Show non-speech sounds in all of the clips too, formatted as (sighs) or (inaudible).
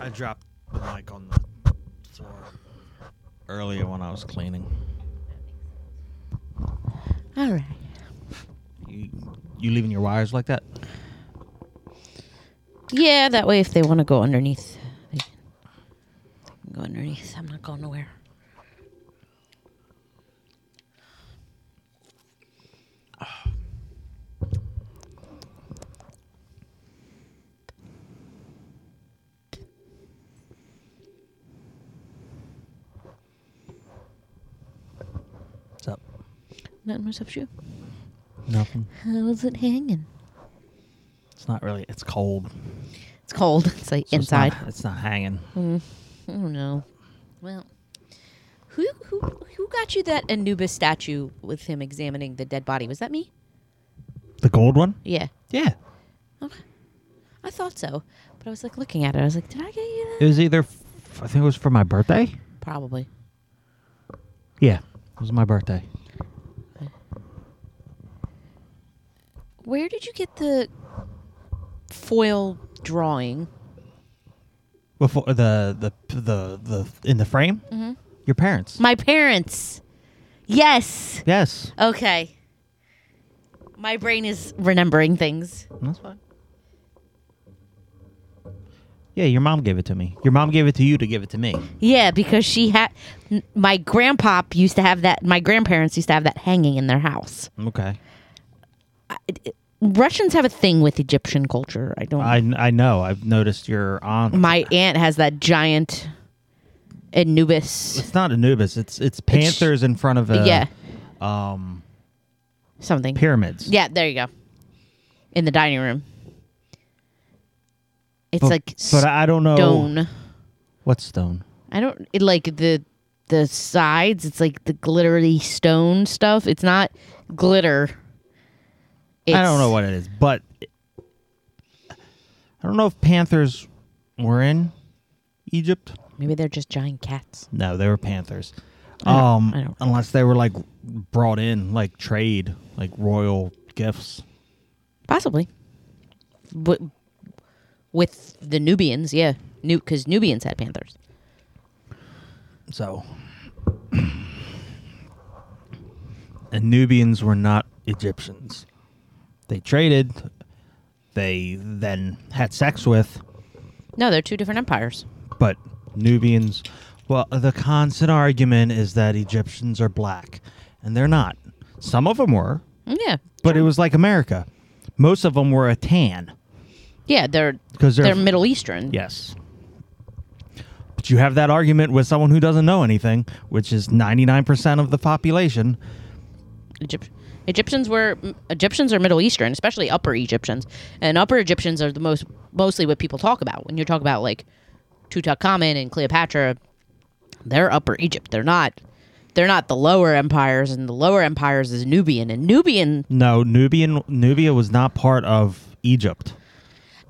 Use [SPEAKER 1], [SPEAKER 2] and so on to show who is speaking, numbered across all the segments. [SPEAKER 1] I dropped the mic on the floor earlier when I was cleaning.
[SPEAKER 2] All right.
[SPEAKER 1] You, you leaving your wires like that?
[SPEAKER 2] Yeah, that way if they want to go underneath, they can go underneath. I'm not going nowhere.
[SPEAKER 1] What's up?
[SPEAKER 2] Not much up shoe.
[SPEAKER 1] Nothing.
[SPEAKER 2] How's it hanging?
[SPEAKER 1] It's not really. It's cold.
[SPEAKER 2] It's cold. It's like
[SPEAKER 1] so it's not-
[SPEAKER 2] inside.
[SPEAKER 1] It's not, hanging.
[SPEAKER 2] Mm, I don't know. Well, who who who got you that Anubis statue with him examining the dead body? Was that me?
[SPEAKER 1] The gold one?
[SPEAKER 2] Yeah,
[SPEAKER 1] Yeah.
[SPEAKER 2] I thought so. But I was like looking at it. I was like, did I get you
[SPEAKER 1] It
[SPEAKER 2] that?
[SPEAKER 1] was either. F- I think it was for my birthday.
[SPEAKER 2] Probably.
[SPEAKER 1] Yeah, it was my birthday.
[SPEAKER 2] Where did you get the foil drawing?
[SPEAKER 1] Before the the the the in the frame. Mm-hmm. Your parents.
[SPEAKER 2] My parents. Yes.
[SPEAKER 1] yes.
[SPEAKER 2] Okay. My brain is remembering things.
[SPEAKER 1] That's fine. Yeah, your mom gave it to me. Your mom gave it to you to give it to me.
[SPEAKER 2] Yeah, because she had my grandpop used to have that. My grandparents used to have that hanging in their house.
[SPEAKER 1] Okay.
[SPEAKER 2] Russians have a thing with Egyptian culture. I don't.
[SPEAKER 1] I, I know. I've noticed your aunt.
[SPEAKER 2] my aunt has that giant Anubis
[SPEAKER 1] it's not Anubis. It's it's panthers in front of uh, a
[SPEAKER 2] yeah.
[SPEAKER 1] um
[SPEAKER 2] something.
[SPEAKER 1] pyramids.
[SPEAKER 2] Yeah, there you go. In the dining room, it's
[SPEAKER 1] But-
[SPEAKER 2] like
[SPEAKER 1] But I don't know
[SPEAKER 2] stone.
[SPEAKER 1] what stone.
[SPEAKER 2] I don't it, like the the sides. It's like the glittery stone stuff. It's not glitter.
[SPEAKER 1] I don't
[SPEAKER 2] It's-
[SPEAKER 1] know what it is, but I don't know if panthers were in Egypt.
[SPEAKER 2] Maybe they're just giant cats.
[SPEAKER 1] No, they were panthers.
[SPEAKER 2] don't-
[SPEAKER 1] Um,
[SPEAKER 2] I don't-
[SPEAKER 1] unless they were like brought in, like trade, like royal gifts.
[SPEAKER 2] Possibly. But with the Nubians, yeah. New because Nubians had panthers.
[SPEAKER 1] So, and Nubians were not Egyptians. They traded. They then had sex with,
[SPEAKER 2] No, they're two different empires.
[SPEAKER 1] but Nubians. Well, the constant argument is that Egyptians are black, and they're not. Some of them were,
[SPEAKER 2] Yeah.
[SPEAKER 1] but it was like America. Most of them were a tan
[SPEAKER 2] Yeah, they're
[SPEAKER 1] because
[SPEAKER 2] they're,
[SPEAKER 1] they're,
[SPEAKER 2] Middle Eastern.
[SPEAKER 1] yes. But you have that argument with someone who doesn't know anything, which is ninety nine percent of the population.
[SPEAKER 2] Egypt- Egyptians were Egyptians are Middle Eastern, especially Upper Egyptians, and Upper Egyptians are the most mostly what people talk about when you talk about like Tutankhamun and Cleopatra. They're Upper Egypt. They're not. They're not the lower empires, and the lower empires is Nubian, and Nubian
[SPEAKER 1] No, Nubian Nubia was not part of Egypt.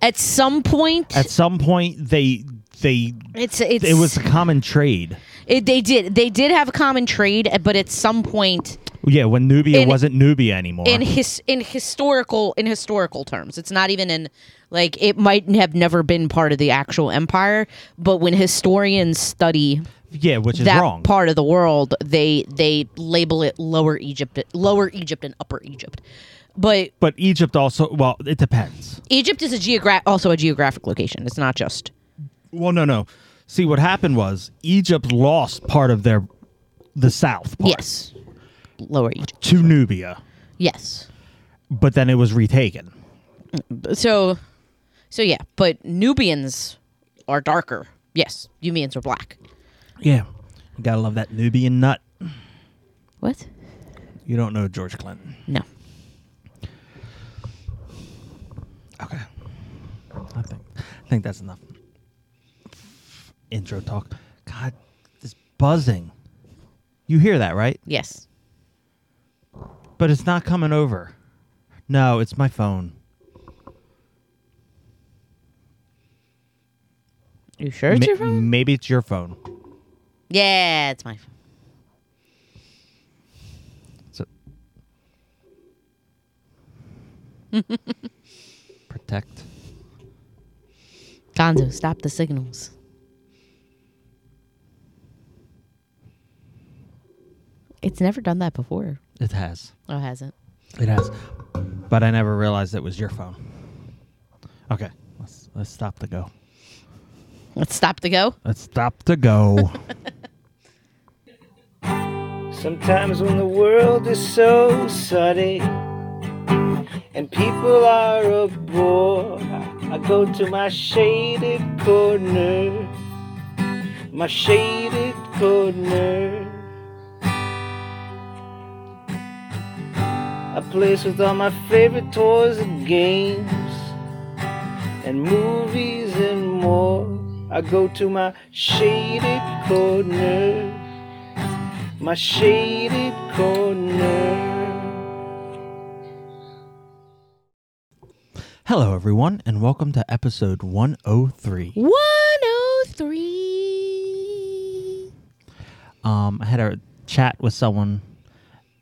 [SPEAKER 2] at some point
[SPEAKER 1] At some point, they they
[SPEAKER 2] it's it's
[SPEAKER 1] it was a common trade.
[SPEAKER 2] it, they did they did have a common trade, but at some point
[SPEAKER 1] Yeah, when Nubia
[SPEAKER 2] In-
[SPEAKER 1] wasn't Nubia anymore.
[SPEAKER 2] in his in historical in historical terms it's not even in like it might have never been part of the actual empire but when historians study
[SPEAKER 1] yeah, which is
[SPEAKER 2] that
[SPEAKER 1] wrong.
[SPEAKER 2] part of the world they they label it lower egypt lower egypt and upper egypt but
[SPEAKER 1] but Egypt also well, it depends.
[SPEAKER 2] egypt is a geogra- also a geographic location it's not just
[SPEAKER 1] Well, no, no. See, what happened was Egypt lost part of their the south part
[SPEAKER 2] yes lower egypt
[SPEAKER 1] to Nubia,
[SPEAKER 2] yes
[SPEAKER 1] but then it was retaken.
[SPEAKER 2] so so yeah but nubians are darker yes nubians are black
[SPEAKER 1] Yeah, you gotta love that Nubian nut.
[SPEAKER 2] what
[SPEAKER 1] You don't know George Clinton.
[SPEAKER 2] no
[SPEAKER 1] Okay. I think I think that's enough. Intro talk. God, this buzzing. You hear that, right?
[SPEAKER 2] yes
[SPEAKER 1] But it's not coming over. No, it's my phone.
[SPEAKER 2] you sure it's
[SPEAKER 1] Ma-
[SPEAKER 2] your phone?
[SPEAKER 1] Maybe it's your phone.
[SPEAKER 2] Yeah, it's my phone. (laughs)
[SPEAKER 1] So Protect.
[SPEAKER 2] Gonzo, stop the signals. It's never done that before.
[SPEAKER 1] It has.
[SPEAKER 2] Oh, it hasn't.
[SPEAKER 1] It has. But I never realized it was your phone. Okay. Let's let's stop the go.
[SPEAKER 2] Let's stop the go.
[SPEAKER 1] Let's stop the go.
[SPEAKER 3] Sometimes when the world is so sudden and people are a bore, I I go to my shaded corner, my shaded corner. A place with all my favorite toys and games and movies and more. I go to my shaded corner my shaded corner.
[SPEAKER 1] Hello everyone and welcome to episode 103.
[SPEAKER 2] 103.
[SPEAKER 1] Um I had a chat with someone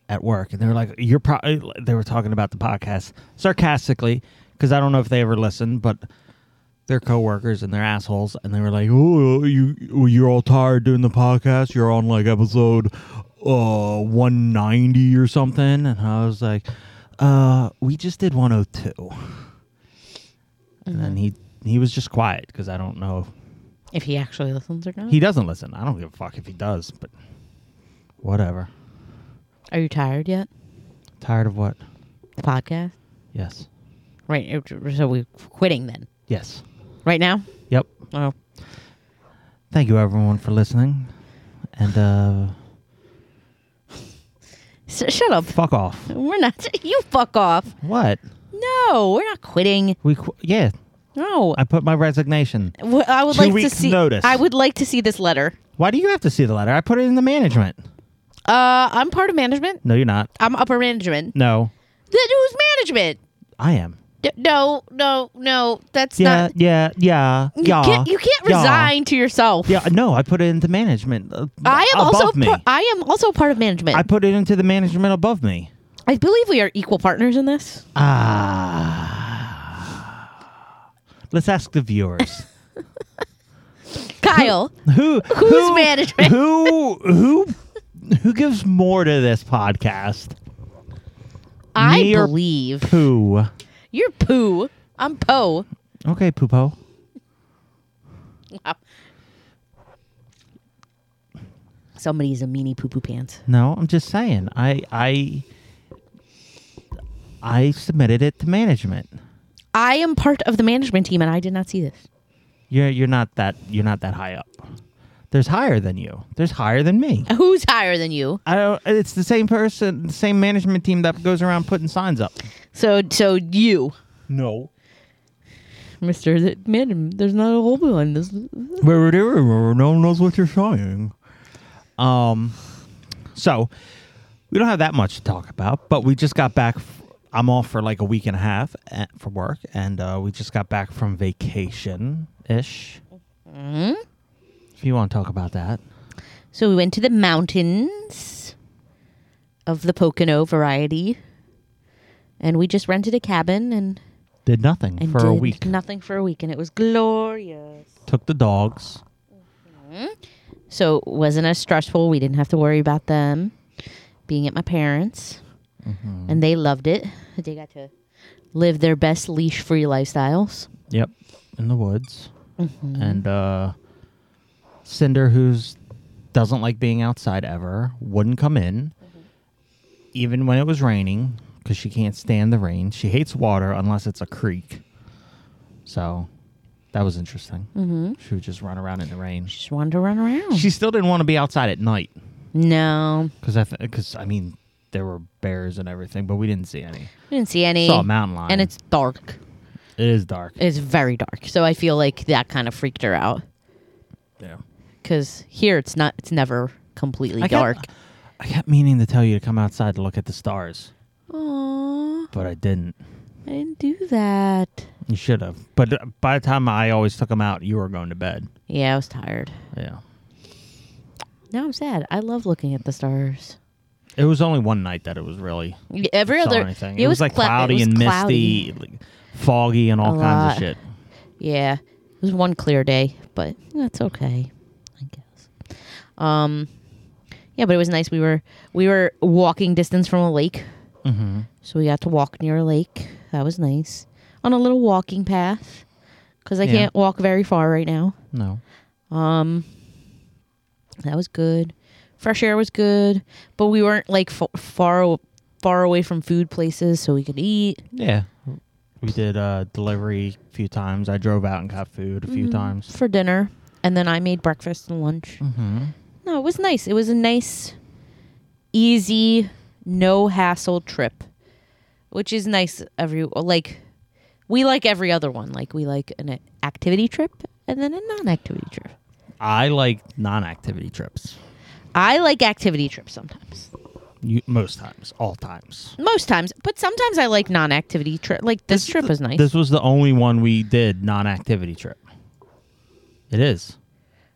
[SPEAKER 1] at work and they were like you're probably they were talking about the podcast sarcastically because I don't know if they ever listened but they're coworkers and they're assholes and they were like oh you you're all tired doing the podcast you're on like episode uh 190 or something and I was like uh we just did 102 and then he he was just quiet because I don't know
[SPEAKER 2] If he actually listens or not.
[SPEAKER 1] he doesn't listen I don't give a fuck if he does but whatever
[SPEAKER 2] Are you tired yet?
[SPEAKER 1] tired of what
[SPEAKER 2] The podcast?
[SPEAKER 1] yes
[SPEAKER 2] Right. it- So we're quitting then.
[SPEAKER 1] yes
[SPEAKER 2] Right now?
[SPEAKER 1] yep
[SPEAKER 2] Oh.
[SPEAKER 1] Thank you, everyone, for listening. And uh,
[SPEAKER 2] S- shut up.
[SPEAKER 1] fuck off.
[SPEAKER 2] We're not. (laughs) You fuck off.
[SPEAKER 1] What?
[SPEAKER 2] No, we're not quitting.
[SPEAKER 1] We qu- yeah.
[SPEAKER 2] No.
[SPEAKER 1] I put my resignation.
[SPEAKER 2] Wh- I would
[SPEAKER 1] Two
[SPEAKER 2] like
[SPEAKER 1] weeks'
[SPEAKER 2] to see.
[SPEAKER 1] notice.
[SPEAKER 2] I would like to see this letter.
[SPEAKER 1] Why do you have to see the letter? I put it in the management.
[SPEAKER 2] Uh, I'm part of management.
[SPEAKER 1] No, you're not.
[SPEAKER 2] I'm upper management.
[SPEAKER 1] No,
[SPEAKER 2] Th- who's management?
[SPEAKER 1] I am.
[SPEAKER 2] D- no, no, no. That's
[SPEAKER 1] Yeah,
[SPEAKER 2] not.
[SPEAKER 1] yeah, yeah,
[SPEAKER 2] You
[SPEAKER 1] yeah.
[SPEAKER 2] can't, you can't
[SPEAKER 1] yeah.
[SPEAKER 2] resign to yourself.
[SPEAKER 1] Yeah, no, I put it into management. uh,
[SPEAKER 2] I am
[SPEAKER 1] above
[SPEAKER 2] also.
[SPEAKER 1] me.
[SPEAKER 2] par- I am also part of management.
[SPEAKER 1] I put it into the management above me.
[SPEAKER 2] I believe we are equal partners in this.
[SPEAKER 1] Ah. Let's ask the
[SPEAKER 2] (laughs)
[SPEAKER 1] viewers. (laughs)
[SPEAKER 2] Kyle,
[SPEAKER 1] who
[SPEAKER 2] Who's
[SPEAKER 1] who-
[SPEAKER 2] management?
[SPEAKER 1] Who who who gives more to this podcast?
[SPEAKER 2] I
[SPEAKER 1] Me or-
[SPEAKER 2] believe
[SPEAKER 1] Pooh.
[SPEAKER 2] you're poo. I'm Poe.
[SPEAKER 1] Okay, Poopo.
[SPEAKER 2] Wow. Somebody's a meanie poo poo pants.
[SPEAKER 1] No, I'm just saying. I I I submitted it to management.
[SPEAKER 2] I am part of the management team, and I did not see this.
[SPEAKER 1] You're you're not that you're not that high up. There's higher than you. There's higher than me.
[SPEAKER 2] Who's higher than you?
[SPEAKER 1] I don't, it's the same person, the same management team that goes around putting signs up.
[SPEAKER 2] So, so you,
[SPEAKER 1] No.
[SPEAKER 2] Mister Man. There's not a whole one. This
[SPEAKER 1] No one knows what you're saying. Um, so we don't have that much to talk about, but we just got back. F- I'm off for like a week and a half eh, for work, and uh, we just got back from vacation ish. If you want to talk about that,
[SPEAKER 2] So we went to the mountains of the Pocono variety, and we just rented a cabin and,
[SPEAKER 1] did nothing
[SPEAKER 2] and
[SPEAKER 1] for a
[SPEAKER 2] did
[SPEAKER 1] week.
[SPEAKER 2] nothing for a week, and it was glorious.
[SPEAKER 1] Took the dogs.
[SPEAKER 2] So it wasn't as stressful. We didn't have to worry about them being at my parents, and they loved it. They got to live their best leash-free lifestyles.
[SPEAKER 1] Yep, in the woods, and uh, Cinder, who's doesn't like being outside ever, wouldn't come in, even when it was raining, because she can't stand the rain. She hates water unless it's a creek. So that was interesting. Mm-hmm. She would just run around in the rain.
[SPEAKER 2] Just wanted to run around.
[SPEAKER 1] She still didn't want to be outside at night
[SPEAKER 2] no,
[SPEAKER 1] because I because I mean there were bears and everything, but we didn't see any.
[SPEAKER 2] we didn't see any.
[SPEAKER 1] Saw a mountain lion,
[SPEAKER 2] and it's dark.
[SPEAKER 1] it is dark.
[SPEAKER 2] It's very dark. So I feel like that kind of freaked her out.
[SPEAKER 1] Yeah.
[SPEAKER 2] Because here it's not. It's never completely
[SPEAKER 1] I
[SPEAKER 2] dark.
[SPEAKER 1] Kept, I kept meaning to tell you to come outside to look at the stars,
[SPEAKER 2] Aww,
[SPEAKER 1] but I didn't.
[SPEAKER 2] I didn't do that.
[SPEAKER 1] You should have. But uh, by the time I always took them out, you were going to bed.
[SPEAKER 2] Yeah, I was tired.
[SPEAKER 1] Yeah.
[SPEAKER 2] Now I'm sad. I love looking at the stars.
[SPEAKER 1] It was only one night that it was really
[SPEAKER 2] Y- Every
[SPEAKER 1] saw
[SPEAKER 2] other
[SPEAKER 1] anything.
[SPEAKER 2] it,
[SPEAKER 1] was, like
[SPEAKER 2] cla- it
[SPEAKER 1] cloudy
[SPEAKER 2] was
[SPEAKER 1] and
[SPEAKER 2] cloudy.
[SPEAKER 1] misty, like, foggy, and all
[SPEAKER 2] A
[SPEAKER 1] kinds
[SPEAKER 2] lot.
[SPEAKER 1] of shit.
[SPEAKER 2] Yeah, it was one clear day, but that's okay, I guess. Um, Yeah, but it was nice. We were we were walking distance from a lake,
[SPEAKER 1] Mm-hmm.
[SPEAKER 2] so we got to walk near a lake. That was nice on a little walking path because I
[SPEAKER 1] Yeah.
[SPEAKER 2] can't walk very far right now.
[SPEAKER 1] No.
[SPEAKER 2] Um, that was good. Fresh air was good, but we weren't like f- far o- far away from food places, so we could eat.
[SPEAKER 1] Yeah. We did uh, delivery a few times. I drove out and got food a few
[SPEAKER 2] Mm-hmm.
[SPEAKER 1] times.
[SPEAKER 2] for dinner, and then I made breakfast and lunch.
[SPEAKER 1] Mm-hmm.
[SPEAKER 2] No, it was nice. It was a nice, easy, no hassle trip, which is nice. Every like, we like every other one. Like we like an activity trip and then a non-activity trip.
[SPEAKER 1] I like non-activity trips.
[SPEAKER 2] I like activity trips sometimes,
[SPEAKER 1] You, most times, all times.
[SPEAKER 2] most times, but sometimes I like non-activity trip. Like this, trip was nice.
[SPEAKER 1] This was the only one we did non-activity trip. It is.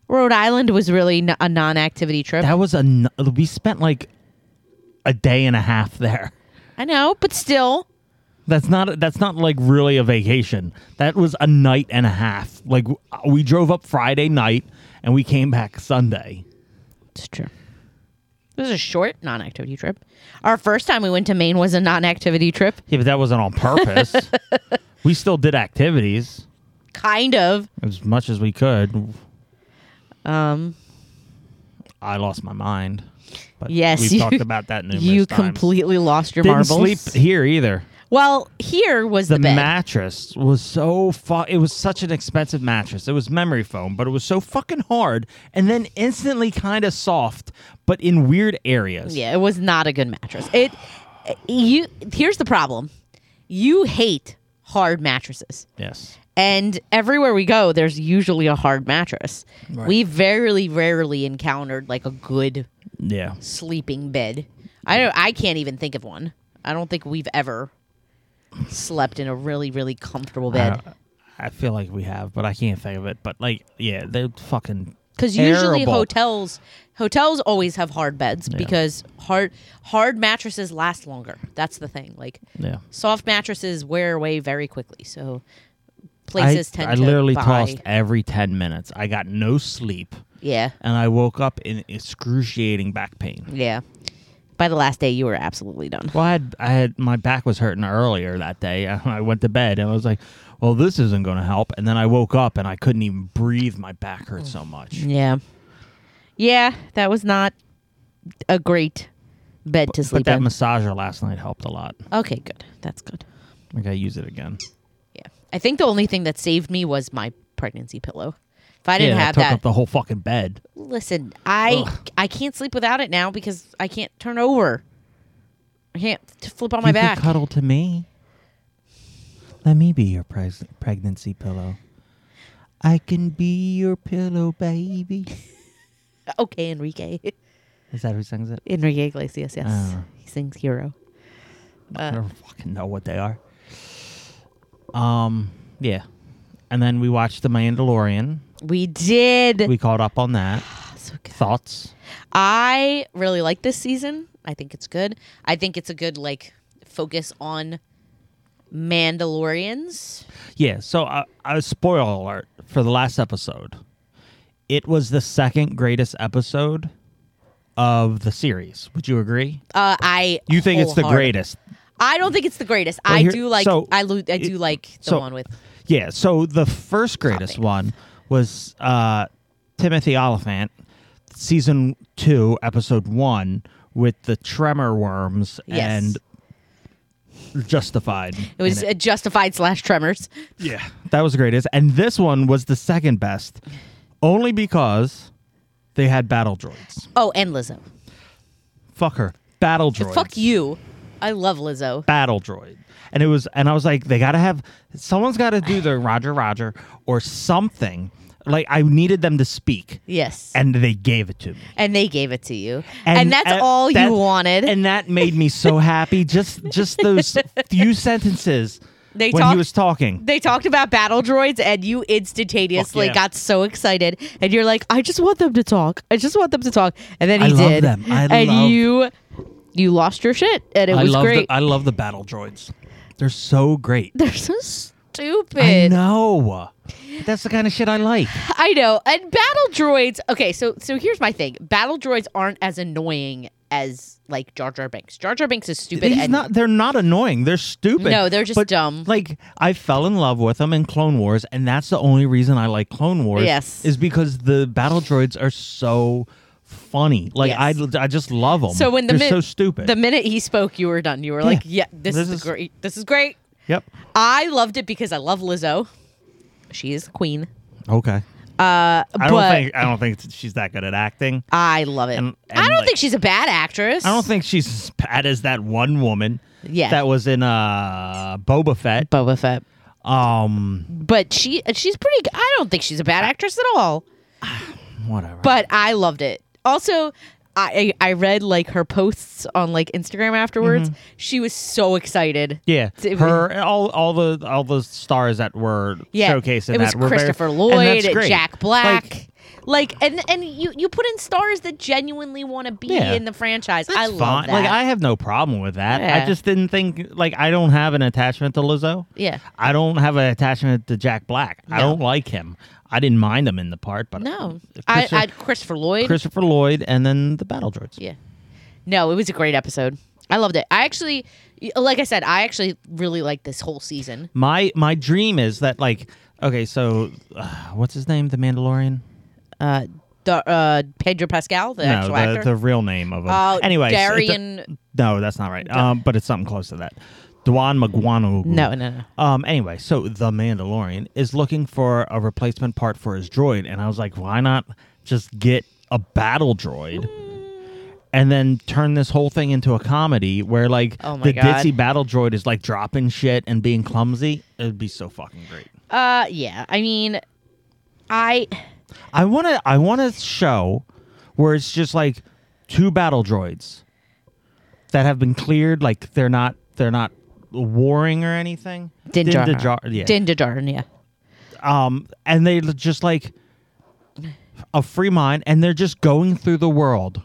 [SPEAKER 2] Rhode Island was really n- a non-activity trip.
[SPEAKER 1] That was a. n- We spent like a day and a half there.
[SPEAKER 2] I know, but still,
[SPEAKER 1] That's not that's not like really a vacation. That was a night and a half. Like w- we drove up Friday night and we came back Sunday.
[SPEAKER 2] It's true. It was a short non-activity trip. Our first time we went to Maine was a non-activity trip,
[SPEAKER 1] Yeah, but that wasn't on
[SPEAKER 2] (laughs)
[SPEAKER 1] purpose. we still did activities
[SPEAKER 2] kind of.
[SPEAKER 1] as much as we could.
[SPEAKER 2] Um,
[SPEAKER 1] I lost my mind. But
[SPEAKER 2] Yes,
[SPEAKER 1] we've
[SPEAKER 2] you-
[SPEAKER 1] talked about that numerous
[SPEAKER 2] (laughs) you
[SPEAKER 1] times.
[SPEAKER 2] completely lost your
[SPEAKER 1] didn't
[SPEAKER 2] marbles.
[SPEAKER 1] sleep here either.
[SPEAKER 2] Well, here was the,
[SPEAKER 1] The
[SPEAKER 2] bed.
[SPEAKER 1] mattress was so fu- it was such an expensive mattress. It was memory foam, but it was so fucking hard and then instantly kind of soft, but in weird areas.
[SPEAKER 2] yeah, it was not a good mattress. It you here's the problem. You hate hard mattresses.
[SPEAKER 1] Yes.
[SPEAKER 2] And everywhere we go, there's usually a hard mattress. We very rarely encountered like a good
[SPEAKER 1] Yeah.
[SPEAKER 2] sleeping bed. I don't. I can't even think of one. I don't think we've ever slept in a really, really comfortable bed.
[SPEAKER 1] I, I feel like we have, but I can't think of it. But like, yeah, they're fucking
[SPEAKER 2] Because usually
[SPEAKER 1] terrible.
[SPEAKER 2] hotels, hotels always have hard beds because hard hard mattresses last longer. That's the thing. Like
[SPEAKER 1] Yeah.
[SPEAKER 2] soft mattresses wear away very quickly. So places
[SPEAKER 1] I,
[SPEAKER 2] tend
[SPEAKER 1] I
[SPEAKER 2] to
[SPEAKER 1] literally
[SPEAKER 2] buy.
[SPEAKER 1] tossed every ten minutes. I got no sleep,
[SPEAKER 2] Yeah,
[SPEAKER 1] and I woke up in excruciating back pain.
[SPEAKER 2] yeah. By the last day, you were absolutely done.
[SPEAKER 1] Well, I had, I had my back was hurting earlier that day. (laughs) I went to bed and I was like, "Well, this isn't going to help." And then I woke up and I couldn't even breathe. My back hurt
[SPEAKER 2] Mm.
[SPEAKER 1] so much.
[SPEAKER 2] Yeah, yeah. That was not a great bed to
[SPEAKER 1] But
[SPEAKER 2] sleep
[SPEAKER 1] that
[SPEAKER 2] in.
[SPEAKER 1] massager last night helped a lot.
[SPEAKER 2] Okay, good. That's good.
[SPEAKER 1] I gotta use it again.
[SPEAKER 2] Yeah. I think the only thing that saved me was my pregnancy pillow. If I
[SPEAKER 1] yeah,
[SPEAKER 2] didn't
[SPEAKER 1] I
[SPEAKER 2] have
[SPEAKER 1] took
[SPEAKER 2] that,
[SPEAKER 1] up the whole fucking bed.
[SPEAKER 2] listen, I
[SPEAKER 1] Ugh.
[SPEAKER 2] I can't sleep without it now because I can't turn over. I can't t- flip on my
[SPEAKER 1] you
[SPEAKER 2] back.
[SPEAKER 1] Could cuddle to me. Let me be your pres- pregnancy pillow. I can be your pillow, baby.
[SPEAKER 2] Okay, Enrique. (laughs)
[SPEAKER 1] Is that who sings it?
[SPEAKER 2] Enrique Iglesias, yes.
[SPEAKER 1] Oh.
[SPEAKER 2] He sings Hero.
[SPEAKER 1] (laughs) I don't fucking know what they are. Um, yeah. And then we watched The Mandalorian.
[SPEAKER 2] We did.
[SPEAKER 1] We caught up on that.
[SPEAKER 2] So good.
[SPEAKER 1] Thoughts?
[SPEAKER 2] I really like this season. I think it's good. I think it's a good like focus on Mandalorians.
[SPEAKER 1] Yeah. So, I, I spoiler alert for the last episode. It was the second greatest episode of the series. Would you agree?
[SPEAKER 2] Uh, I
[SPEAKER 1] You think it's the
[SPEAKER 2] wholeheartedly-
[SPEAKER 1] greatest?
[SPEAKER 2] I don't think it's the greatest.
[SPEAKER 1] Well,
[SPEAKER 2] I
[SPEAKER 1] here-
[SPEAKER 2] do like
[SPEAKER 1] so,
[SPEAKER 2] I, lo- I
[SPEAKER 1] it-
[SPEAKER 2] do like the
[SPEAKER 1] so-
[SPEAKER 2] one with
[SPEAKER 1] Yeah. So the first greatest
[SPEAKER 2] Topic.
[SPEAKER 1] one was uh, Timothy Oliphant, season two, episode one, with the tremor worms
[SPEAKER 2] Yes.
[SPEAKER 1] and Justified.
[SPEAKER 2] it was
[SPEAKER 1] in
[SPEAKER 2] uh Justified slash Tremors.
[SPEAKER 1] yeah, that was the greatest, and this one was the second best, only because they had battle droids.
[SPEAKER 2] Oh, and Lizzo.
[SPEAKER 1] Fuck her, battle droids.
[SPEAKER 2] Fuck you. I love Lizzo.
[SPEAKER 1] battle droid. And it was and I was like, they gotta have someone's gotta do the Roger Roger or something. Like I needed them to speak.
[SPEAKER 2] Yes, and,
[SPEAKER 1] And they gave it to me.
[SPEAKER 2] they gave it to you, and, that's
[SPEAKER 1] and
[SPEAKER 2] all
[SPEAKER 1] that-
[SPEAKER 2] you wanted.
[SPEAKER 1] And that made me
[SPEAKER 2] (laughs)
[SPEAKER 1] so happy. Just just those few sentences
[SPEAKER 2] They
[SPEAKER 1] when he
[SPEAKER 2] talked-
[SPEAKER 1] was talking.
[SPEAKER 2] they talked about battle droids, and you instantaneously
[SPEAKER 1] yeah.
[SPEAKER 2] got so excited, and you're like, "I just want them to talk. I just want them to talk." And then
[SPEAKER 1] I
[SPEAKER 2] he
[SPEAKER 1] love
[SPEAKER 2] did,
[SPEAKER 1] them. I
[SPEAKER 2] and
[SPEAKER 1] love-
[SPEAKER 2] you, you lost your shit, and it was
[SPEAKER 1] love
[SPEAKER 2] great.
[SPEAKER 1] The, I love the battle droids. They're so great.
[SPEAKER 2] (laughs) They're so stupid. stupid.
[SPEAKER 1] I know. That's the kind of shit I
[SPEAKER 2] (sighs)
[SPEAKER 1] like.
[SPEAKER 2] (laughs) I know. And battle droids. Okay, so so here's my thing. Battle droids aren't as annoying as like Jar Jar Binks. Jar Jar Binks is stupid.
[SPEAKER 1] He's
[SPEAKER 2] and
[SPEAKER 1] not. They're not annoying. They're stupid.
[SPEAKER 2] No, they're just
[SPEAKER 1] But,
[SPEAKER 2] dumb.
[SPEAKER 1] Like I fell in love with them in Clone Wars, and that's the only reason I like Clone Wars.
[SPEAKER 2] Yes.
[SPEAKER 1] is because the battle droids are so funny. Like
[SPEAKER 2] Yes.
[SPEAKER 1] I, I just love them.
[SPEAKER 2] So when the
[SPEAKER 1] they're so
[SPEAKER 2] min-
[SPEAKER 1] stupid.
[SPEAKER 2] the minute he spoke, you were done. You were like, yeah, this,
[SPEAKER 1] This
[SPEAKER 2] is,
[SPEAKER 1] is-
[SPEAKER 2] great. This is great.
[SPEAKER 1] yep.
[SPEAKER 2] I loved it because I love Lizzo. She is the queen.
[SPEAKER 1] Okay.
[SPEAKER 2] Uh,
[SPEAKER 1] I
[SPEAKER 2] but
[SPEAKER 1] don't think I don't think she's that good at acting.
[SPEAKER 2] I love it.
[SPEAKER 1] And-
[SPEAKER 2] I
[SPEAKER 1] and,
[SPEAKER 2] don't
[SPEAKER 1] like-
[SPEAKER 2] think she's a bad actress.
[SPEAKER 1] I don't think she's as bad as that one woman.
[SPEAKER 2] Yeah.
[SPEAKER 1] That was in uh Boba Fett.
[SPEAKER 2] Boba Fett.
[SPEAKER 1] Um
[SPEAKER 2] But she she's pretty. g- I don't think she's a bad actress at all.
[SPEAKER 1] whatever.
[SPEAKER 2] but I loved it. Also, I I read like her posts on like Instagram afterwards.
[SPEAKER 1] Mm-hmm.
[SPEAKER 2] She was so excited.
[SPEAKER 1] yeah,
[SPEAKER 2] It was-
[SPEAKER 1] her all all the all the stars that were
[SPEAKER 2] yeah.
[SPEAKER 1] showcased in
[SPEAKER 2] It was
[SPEAKER 1] that were very-
[SPEAKER 2] Christopher
[SPEAKER 1] and
[SPEAKER 2] Lloyd,
[SPEAKER 1] that's great.
[SPEAKER 2] Jack Black.
[SPEAKER 1] Like,
[SPEAKER 2] Like, and and you you put in stars that genuinely want to be
[SPEAKER 1] Yeah.
[SPEAKER 2] in the franchise.
[SPEAKER 1] that's
[SPEAKER 2] I love
[SPEAKER 1] fine.
[SPEAKER 2] that.
[SPEAKER 1] Like I have no problem with that.
[SPEAKER 2] Yeah.
[SPEAKER 1] I just didn't think like I don't have an attachment to Lizzo.
[SPEAKER 2] yeah.
[SPEAKER 1] I don't have an attachment to Jack Black. I
[SPEAKER 2] No.
[SPEAKER 1] don't like him. I didn't mind him in the part, but
[SPEAKER 2] No. I,
[SPEAKER 1] Christopher,
[SPEAKER 2] I Christopher Lloyd.
[SPEAKER 1] Christopher Lloyd and then the Battle Droids.
[SPEAKER 2] Yeah. No, it was a great episode. I loved it. I actually, like I said, I actually really liked this whole season.
[SPEAKER 1] My my dream is that like okay, so uh, what's his name? The Mandalorian?
[SPEAKER 2] Uh, the, uh, Pedro Pascal, the actual
[SPEAKER 1] no, the,
[SPEAKER 2] actor.
[SPEAKER 1] the real name of him.
[SPEAKER 2] Oh,
[SPEAKER 1] anyway, so it-
[SPEAKER 2] Darian-
[SPEAKER 1] no, that's not right. Um, but it's something close to that. Dwan Maguano.
[SPEAKER 2] No, no, no.
[SPEAKER 1] Um. Anyway, so the Mandalorian is looking for a replacement part for his droid, and I was like, why not just get a battle droid?
[SPEAKER 2] Hmm.
[SPEAKER 1] And then turn this whole thing into a comedy where, like,
[SPEAKER 2] Oh my
[SPEAKER 1] the
[SPEAKER 2] God.
[SPEAKER 1] ditzy battle droid is like dropping shit and being clumsy. It'd be so fucking great.
[SPEAKER 2] Uh, yeah. I mean, I
[SPEAKER 1] I want to. I want a show where it's just like two battle droids that have been cleared. Like they're not. They're not warring or anything.
[SPEAKER 2] Din Djar.
[SPEAKER 1] Djar- Yeah.
[SPEAKER 2] Din Djarin, yeah.
[SPEAKER 1] um, and they l- just like a free mind, and they're just going through the world.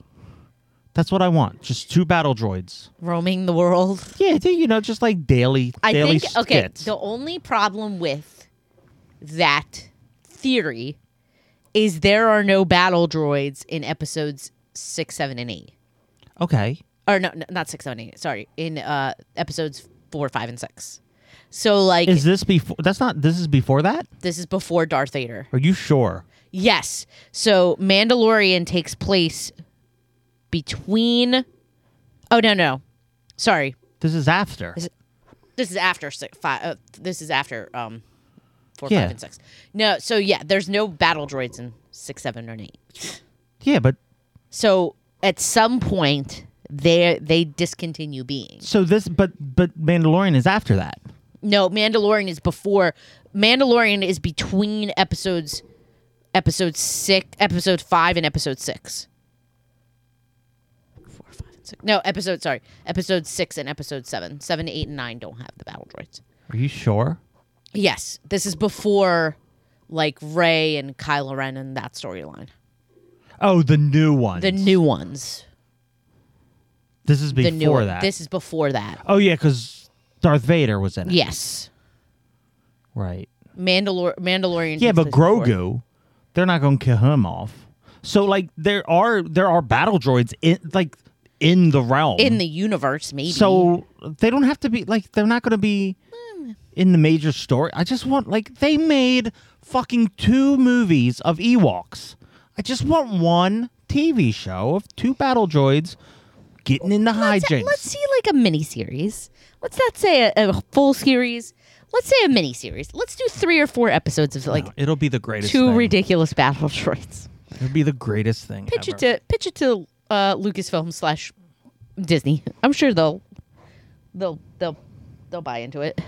[SPEAKER 1] That's what I want. Just two battle droids.
[SPEAKER 2] Roaming the world.
[SPEAKER 1] Yeah, they- you know, just like daily,
[SPEAKER 2] I
[SPEAKER 1] daily
[SPEAKER 2] think okay.
[SPEAKER 1] skits.
[SPEAKER 2] The only problem with that theory is there are no battle droids in episodes six, seven, and eight.
[SPEAKER 1] okay.
[SPEAKER 2] Or no, no, not six, seven, eight. Sorry, in uh episodes four, five, and six. So like
[SPEAKER 1] Is this before? That's not. This is before that.
[SPEAKER 2] this is before Darth Vader.
[SPEAKER 1] Are you sure?
[SPEAKER 2] Yes. So Mandalorian takes place between. Oh no no, sorry.
[SPEAKER 1] This is after.
[SPEAKER 2] This is after six, five. Uh, this is after um, four,
[SPEAKER 1] Yeah.
[SPEAKER 2] five, and six. No, so yeah, there's no battle droids in six, seven, and eight.
[SPEAKER 1] yeah, but
[SPEAKER 2] So at some point they they discontinue being.
[SPEAKER 1] So this, but but Mandalorian is after that.
[SPEAKER 2] No, Mandalorian is before. Mandalorian is between episodes, episode six, episode five, and episode six. Four, five, and six. No, episode sorry, episode six and episode seven. Seven, eight, and nine don't have the battle droids.
[SPEAKER 1] Are you sure?
[SPEAKER 2] Yes, this is before, like Ray and Kylo Ren and that storyline.
[SPEAKER 1] Oh, the new one.
[SPEAKER 2] The new ones.
[SPEAKER 1] This is
[SPEAKER 2] The
[SPEAKER 1] before
[SPEAKER 2] new one.
[SPEAKER 1] that.
[SPEAKER 2] This is before that.
[SPEAKER 1] oh yeah, because Darth Vader was in it.
[SPEAKER 2] Yes,
[SPEAKER 1] Right.
[SPEAKER 2] Mandalor Mandalorian.
[SPEAKER 1] Yeah,
[SPEAKER 2] takes
[SPEAKER 1] but
[SPEAKER 2] place before.
[SPEAKER 1] Grogu, they're not going to kill him off. So like there are there are battle droids in like in the realm.
[SPEAKER 2] in the universe, maybe. Mm.
[SPEAKER 1] so they don't have to be like they're not going to be in the major story. I just want like they made fucking two movies of Ewoks. I just want one TV show of two battle droids getting into
[SPEAKER 2] let's,
[SPEAKER 1] hijinks.
[SPEAKER 2] let's see like a mini series. Let's not say a, a full series. Let's say a mini series. Let's do three or four episodes of like
[SPEAKER 1] No, it'll be the greatest.
[SPEAKER 2] two
[SPEAKER 1] thing.
[SPEAKER 2] ridiculous battle (laughs) droids.
[SPEAKER 1] It'll be the greatest thing.
[SPEAKER 2] Pitch
[SPEAKER 1] ever.
[SPEAKER 2] it to pitch it to uh, Lucasfilm slash Disney. I'm sure they'll they'll they'll they'll buy into it.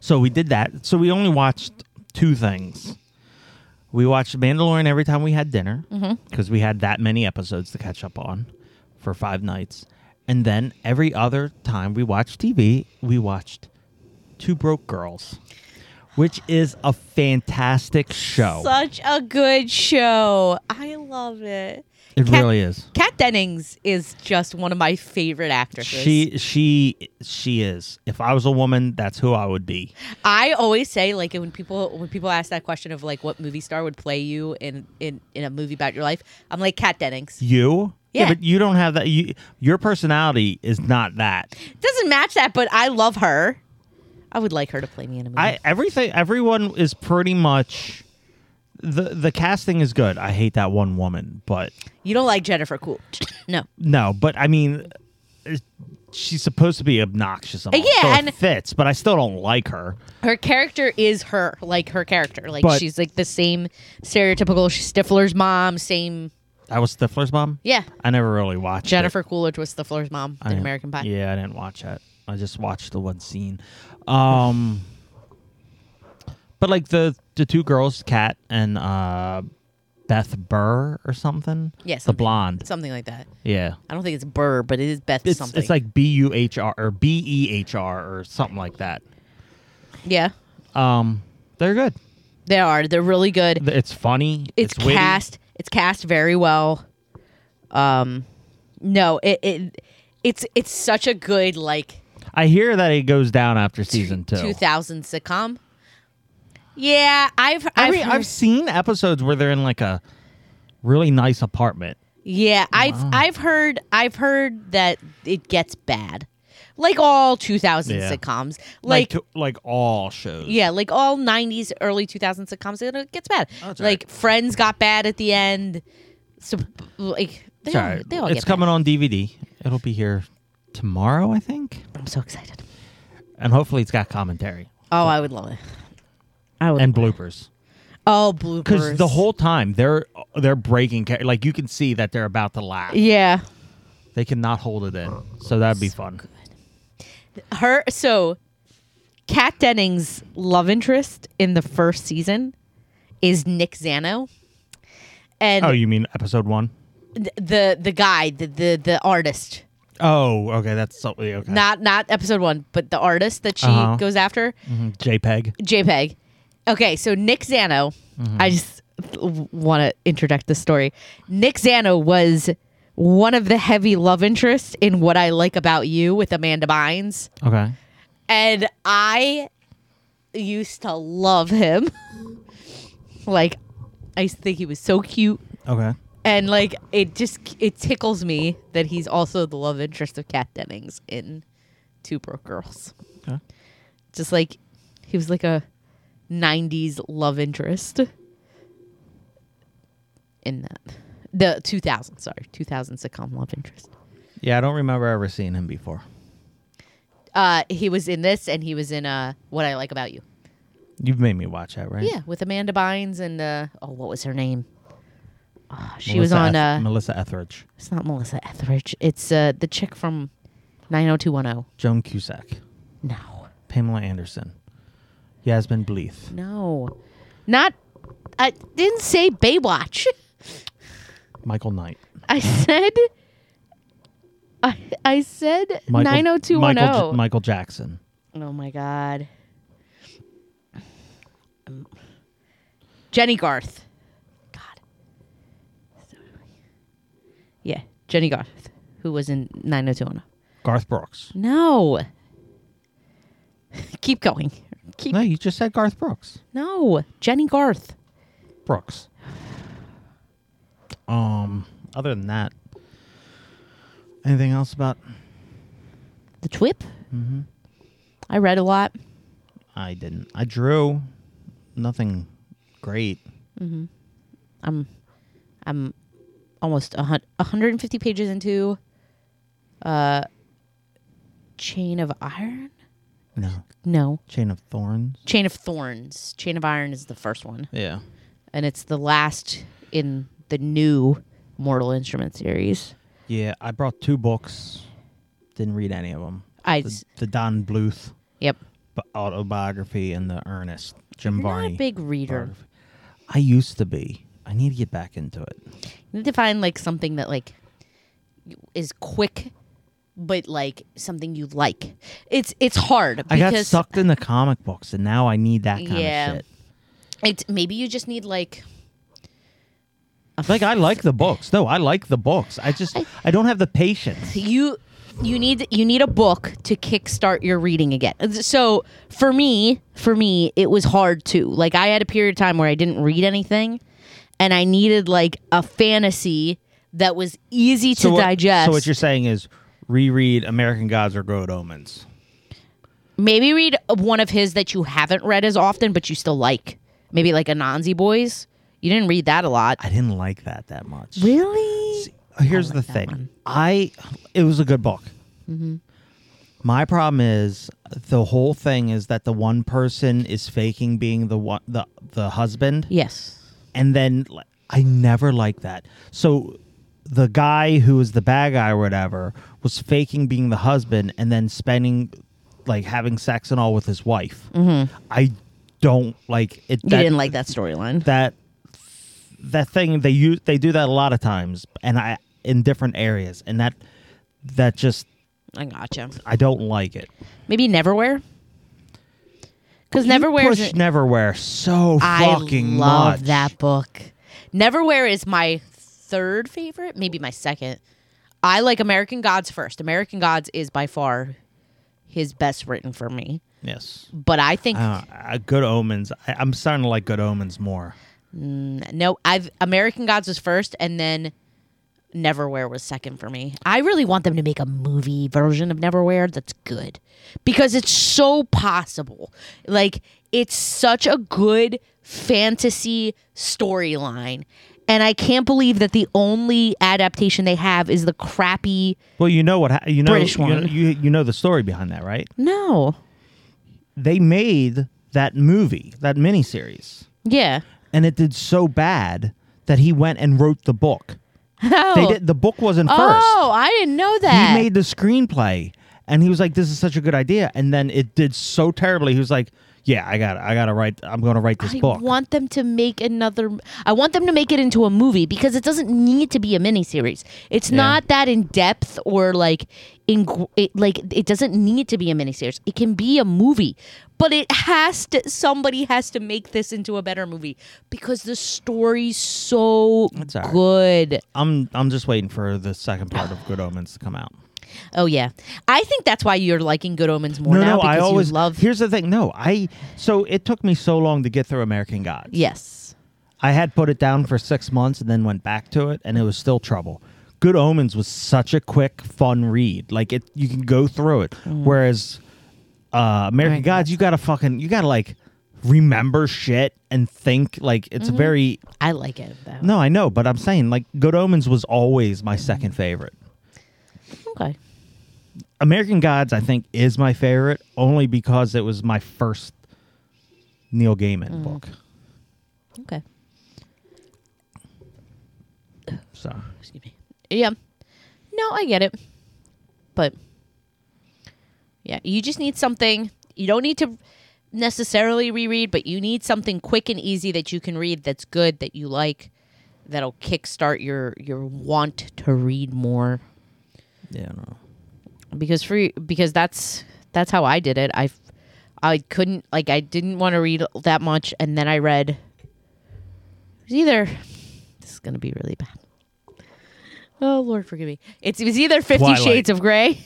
[SPEAKER 1] So we did that. So we only watched two things. We watched Mandalorian every time we had dinner because we had that many episodes to catch up on for five nights. And then every other time we watched TV, we watched Two Broke Girls, which is a fantastic show.
[SPEAKER 2] Such a good show. I love it.
[SPEAKER 1] it
[SPEAKER 2] Kat-
[SPEAKER 1] really is.
[SPEAKER 2] Kat Dennings is just one of my favorite actresses.
[SPEAKER 1] She she she is. If I was a woman, that's who I would be.
[SPEAKER 2] I always say like when people when people ask that question of like what movie star would play you in in, in a movie about your life, I'm like Kat Dennings.
[SPEAKER 1] You?
[SPEAKER 2] Yeah.
[SPEAKER 1] but you don't have that. You, your personality is not that.
[SPEAKER 2] Doesn't match that, but I love her. I would like her to play me in a movie.
[SPEAKER 1] I everything. Everyone is pretty much. The the casting is good. I hate that one woman, but
[SPEAKER 2] you don't like Jennifer Cool? no.
[SPEAKER 1] no. But I mean, it- she's supposed to be obnoxious. And all,
[SPEAKER 2] Uh, Yeah,
[SPEAKER 1] so it
[SPEAKER 2] and-
[SPEAKER 1] fits. But I still don't like her.
[SPEAKER 2] Her character is her, like her character. Like
[SPEAKER 1] But-
[SPEAKER 2] she's like the same stereotypical Stifler's mom, same
[SPEAKER 1] I was Stifler's mom.
[SPEAKER 2] yeah.
[SPEAKER 1] I never really watched it.
[SPEAKER 2] Jennifer Coolidge was Stifler's mom
[SPEAKER 1] I
[SPEAKER 2] in
[SPEAKER 1] didn't-
[SPEAKER 2] American Pie.
[SPEAKER 1] Yeah, I didn't watch that. I just watched the one scene. Um But like the the two girls, Kat and uh Beth Burr or something.
[SPEAKER 2] Yeah,
[SPEAKER 1] The
[SPEAKER 2] something-
[SPEAKER 1] blonde.
[SPEAKER 2] Something like that.
[SPEAKER 1] Yeah.
[SPEAKER 2] I don't think it's Burr, but it is Beth
[SPEAKER 1] It's
[SPEAKER 2] something.
[SPEAKER 1] it's like B U H R or B E H R or something like that.
[SPEAKER 2] yeah.
[SPEAKER 1] Um they're good.
[SPEAKER 2] They are. They're really good.
[SPEAKER 1] Th- It's funny.
[SPEAKER 2] it's,
[SPEAKER 1] witty.
[SPEAKER 2] cast it's cast very well um no it, it it's it's such a good like
[SPEAKER 1] I hear that it goes down after season two.
[SPEAKER 2] 2000 sitcom yeah i've
[SPEAKER 1] I
[SPEAKER 2] i've,
[SPEAKER 1] mean,
[SPEAKER 2] heard-
[SPEAKER 1] I've seen episodes where they're in like a really nice apartment.
[SPEAKER 2] yeah i've i've heard i've heard that it gets bad like all 2000
[SPEAKER 1] Yeah. Like
[SPEAKER 2] sitcoms like,
[SPEAKER 1] to- like all shows.
[SPEAKER 2] yeah, like all '90s, early 2000s sitcoms, it gets bad.
[SPEAKER 1] that's Oh, all
[SPEAKER 2] like Friends got bad at the end. So, like they all,
[SPEAKER 1] Sorry,
[SPEAKER 2] they all
[SPEAKER 1] it's
[SPEAKER 2] get
[SPEAKER 1] coming on DVD. It'll be here tomorrow, I think,
[SPEAKER 2] Bad. I'm so excited.
[SPEAKER 1] and hopefully it's got commentary
[SPEAKER 2] Oh, I would love it. I would.
[SPEAKER 1] and bloopers.
[SPEAKER 2] oh, bloopers.
[SPEAKER 1] Because the whole time they're they're breaking, cha- like you can see that they're about to laugh.
[SPEAKER 2] yeah,
[SPEAKER 1] They cannot hold it in, so that'd be fun.
[SPEAKER 2] her. So, Kat Dennings' love interest in the first season is Nick Zano, and
[SPEAKER 1] Oh, you mean episode one?
[SPEAKER 2] th- the the guy, the the, the artist.
[SPEAKER 1] Oh, okay, that's so, okay.
[SPEAKER 2] Not not episode one, but the artist that she
[SPEAKER 1] Uh-huh.
[SPEAKER 2] goes after,
[SPEAKER 1] Mhm, JPEG.
[SPEAKER 2] JPEG. Okay, so Nick Zano, I just want to interject this story. Nick Zano was one of the heavy love interests in What I Like About You with Amanda Bynes.
[SPEAKER 1] Okay,
[SPEAKER 2] And I used to love him. (laughs) like, I used to think he was so cute.
[SPEAKER 1] okay.
[SPEAKER 2] And, like, it just, it tickles me that he's also the love interest of Kat Dennings in Two Broke Girls.
[SPEAKER 1] Okay.
[SPEAKER 2] Just like, he was like a 90s love interest in that. The 2000, sorry, 2000 sitcom love interest.
[SPEAKER 1] Yeah, I don't remember ever seeing him before.
[SPEAKER 2] Uh, he was in this and he was in uh, What I Like About You.
[SPEAKER 1] You've made me watch that, right?
[SPEAKER 2] Yeah, with Amanda Bynes and uh, oh, what was her name? Ah, she
[SPEAKER 1] Melissa
[SPEAKER 2] was on.
[SPEAKER 1] Eth-
[SPEAKER 2] Uh,
[SPEAKER 1] Melissa Etheridge,
[SPEAKER 2] it's not Melissa Etheridge. It's uh, the chick from 90210.
[SPEAKER 1] Joan Cusack,
[SPEAKER 2] No,
[SPEAKER 1] Pamela Anderson, Yasmin Bleeth.
[SPEAKER 2] no, not. I didn't say Baywatch. (laughs)
[SPEAKER 1] Michael Knight.
[SPEAKER 2] I said. I I said nine oh two one
[SPEAKER 1] Michael, J-
[SPEAKER 2] oh.
[SPEAKER 1] Michael Jackson.
[SPEAKER 2] Oh my god. Um, Jenny Garth. God. So- Yeah, Jenny Garth, who was in 90210.
[SPEAKER 1] Garth Brooks.
[SPEAKER 2] No. (laughs) Keep going. Keep
[SPEAKER 1] No, you just said Garth Brooks.
[SPEAKER 2] No, Jenny Garth.
[SPEAKER 1] Brooks. Um. Other than that, anything else about?
[SPEAKER 2] The Twip? Mhm.
[SPEAKER 1] Mm-hmm.
[SPEAKER 2] I read a lot.
[SPEAKER 1] I didn't. I drew. Nothing great.
[SPEAKER 2] I'm I'm almost a hun- 150 pages into uh Chain of Iron?
[SPEAKER 1] No.
[SPEAKER 2] No.
[SPEAKER 1] Chain of Thorns.
[SPEAKER 2] Chain of Thorns. Chain of Iron is the first one,
[SPEAKER 1] Yeah.
[SPEAKER 2] and it's the last in the new Mortal Instrument series.
[SPEAKER 1] Yeah. I brought two books. Didn't read any of them.
[SPEAKER 2] I
[SPEAKER 1] The,
[SPEAKER 2] s-
[SPEAKER 1] the Don Bluth
[SPEAKER 2] yep.
[SPEAKER 1] b- autobiography and the Ernest Jim
[SPEAKER 2] You're
[SPEAKER 1] Varney.
[SPEAKER 2] not a big reader.
[SPEAKER 1] biography. I used to be. I need to get back into it.
[SPEAKER 2] You need to find like something that like is quick but like something you like. It's it's hard
[SPEAKER 1] I
[SPEAKER 2] because
[SPEAKER 1] got sucked into comic books, and now I need that kind
[SPEAKER 2] Yeah.
[SPEAKER 1] of shit.
[SPEAKER 2] it's maybe you just need like
[SPEAKER 1] Like I like the books. No, I like the books. I just I, don't have the patience.
[SPEAKER 2] you you need you need a book to kickstart your reading again. So for me, for me, it was hard too. Like I had a period of time where I didn't read anything, and I needed like a fantasy that was easy to
[SPEAKER 1] what,
[SPEAKER 2] digest.
[SPEAKER 1] So what you're saying is reread American Gods or Good Omens.
[SPEAKER 2] Maybe read one of his that you haven't read as often, but you still like. Maybe like Anansi Boys. You didn't read that a lot.
[SPEAKER 1] I didn't like that that much.
[SPEAKER 2] Really?
[SPEAKER 1] Uh, Here's the thing. I it was a good book.
[SPEAKER 2] Mm-hmm.
[SPEAKER 1] My problem is the whole thing is that the one person is faking being the one the the husband.
[SPEAKER 2] Yes.
[SPEAKER 1] and then like, I never liked that. So the guy who was the bad guy or whatever was faking being the husband and then spending like having sex and all with his wife. I don't like it.
[SPEAKER 2] Mm-hmm. You didn't like that storyline.
[SPEAKER 1] that that thing they use they do that a lot of times and I in different areas and that that just
[SPEAKER 2] I gotcha.
[SPEAKER 1] I don't like it.
[SPEAKER 2] Maybe Neverwhere. Because Neverwhere
[SPEAKER 1] Push
[SPEAKER 2] is
[SPEAKER 1] Neverwhere so
[SPEAKER 2] I
[SPEAKER 1] fucking much.
[SPEAKER 2] love that book. Neverwhere is my third favorite, maybe my second. I like American Gods first. American Gods is by far his best written for me.
[SPEAKER 1] Yes.
[SPEAKER 2] But I think
[SPEAKER 1] Uh, uh, good omens. I, I'm starting to like good omens more.
[SPEAKER 2] no, I've American Gods was first, and then Neverwhere was second for me. I really want them to make a movie version of Neverwhere that's good because it's so possible. Like it's such a good fantasy storyline, and I can't believe that the only adaptation they have is the crappy.
[SPEAKER 1] Well, you know what ha- you know.
[SPEAKER 2] British
[SPEAKER 1] you
[SPEAKER 2] one.
[SPEAKER 1] know- You, you know the story behind that, right?
[SPEAKER 2] No,
[SPEAKER 1] They made that movie, that miniseries,
[SPEAKER 2] yeah,
[SPEAKER 1] and it did so bad that he went and wrote the book.
[SPEAKER 2] oh,
[SPEAKER 1] They did, the book wasn't
[SPEAKER 2] oh, I didn't know
[SPEAKER 1] first.
[SPEAKER 2] that.
[SPEAKER 1] He made the screenplay, and he was like, "This is such a good idea," and then it did so terribly. He was like, "Yeah, I got, I got to write. I'm going to write this
[SPEAKER 2] I
[SPEAKER 1] book."
[SPEAKER 2] want them to make another. I want them to make it into a movie because it doesn't need to be a miniseries. It's not that in depth or like in gr- it, like it doesn't need to be a miniseries. It can be a movie, but it has to. Somebody has to make this into a better movie because the story's so
[SPEAKER 1] It's all right.
[SPEAKER 2] good.
[SPEAKER 1] I'm, I'm just waiting for the second part of Good Omens to come out.
[SPEAKER 2] Oh yeah, I think that's why you're liking Good Omens more now because you love.
[SPEAKER 1] Here's the thing. No, I. So it took me so long to get through American Gods.
[SPEAKER 2] yes.
[SPEAKER 1] I had put it down for six months and then went back to it, and it was still trouble. Good Omens was such a quick, fun read. Like it, you can go through it. Whereas uh, American Gods, you gotta fucking, you gotta like remember shit and think. Like it's a very
[SPEAKER 2] I like it though.
[SPEAKER 1] no, I know, but I'm saying like Good Omens was always my second favorite.
[SPEAKER 2] Okay.
[SPEAKER 1] American Gods, I think, is my favorite only because it was my first Neil Gaiman book.
[SPEAKER 2] Okay.
[SPEAKER 1] So
[SPEAKER 2] excuse me. Yeah. No, I get it. But yeah, you just need something. You don't need to necessarily reread, but you need something quick and easy that you can read that's good that you like that'll kickstart your your want to read more
[SPEAKER 1] yeah, no.
[SPEAKER 2] because for because that's that's how I did it. I I couldn't like I didn't want to read that much, and then I read. It was either this is gonna be really bad. Oh Lord, forgive me. It's, it was either Fifty
[SPEAKER 1] Twilight.
[SPEAKER 2] Shades of Grey.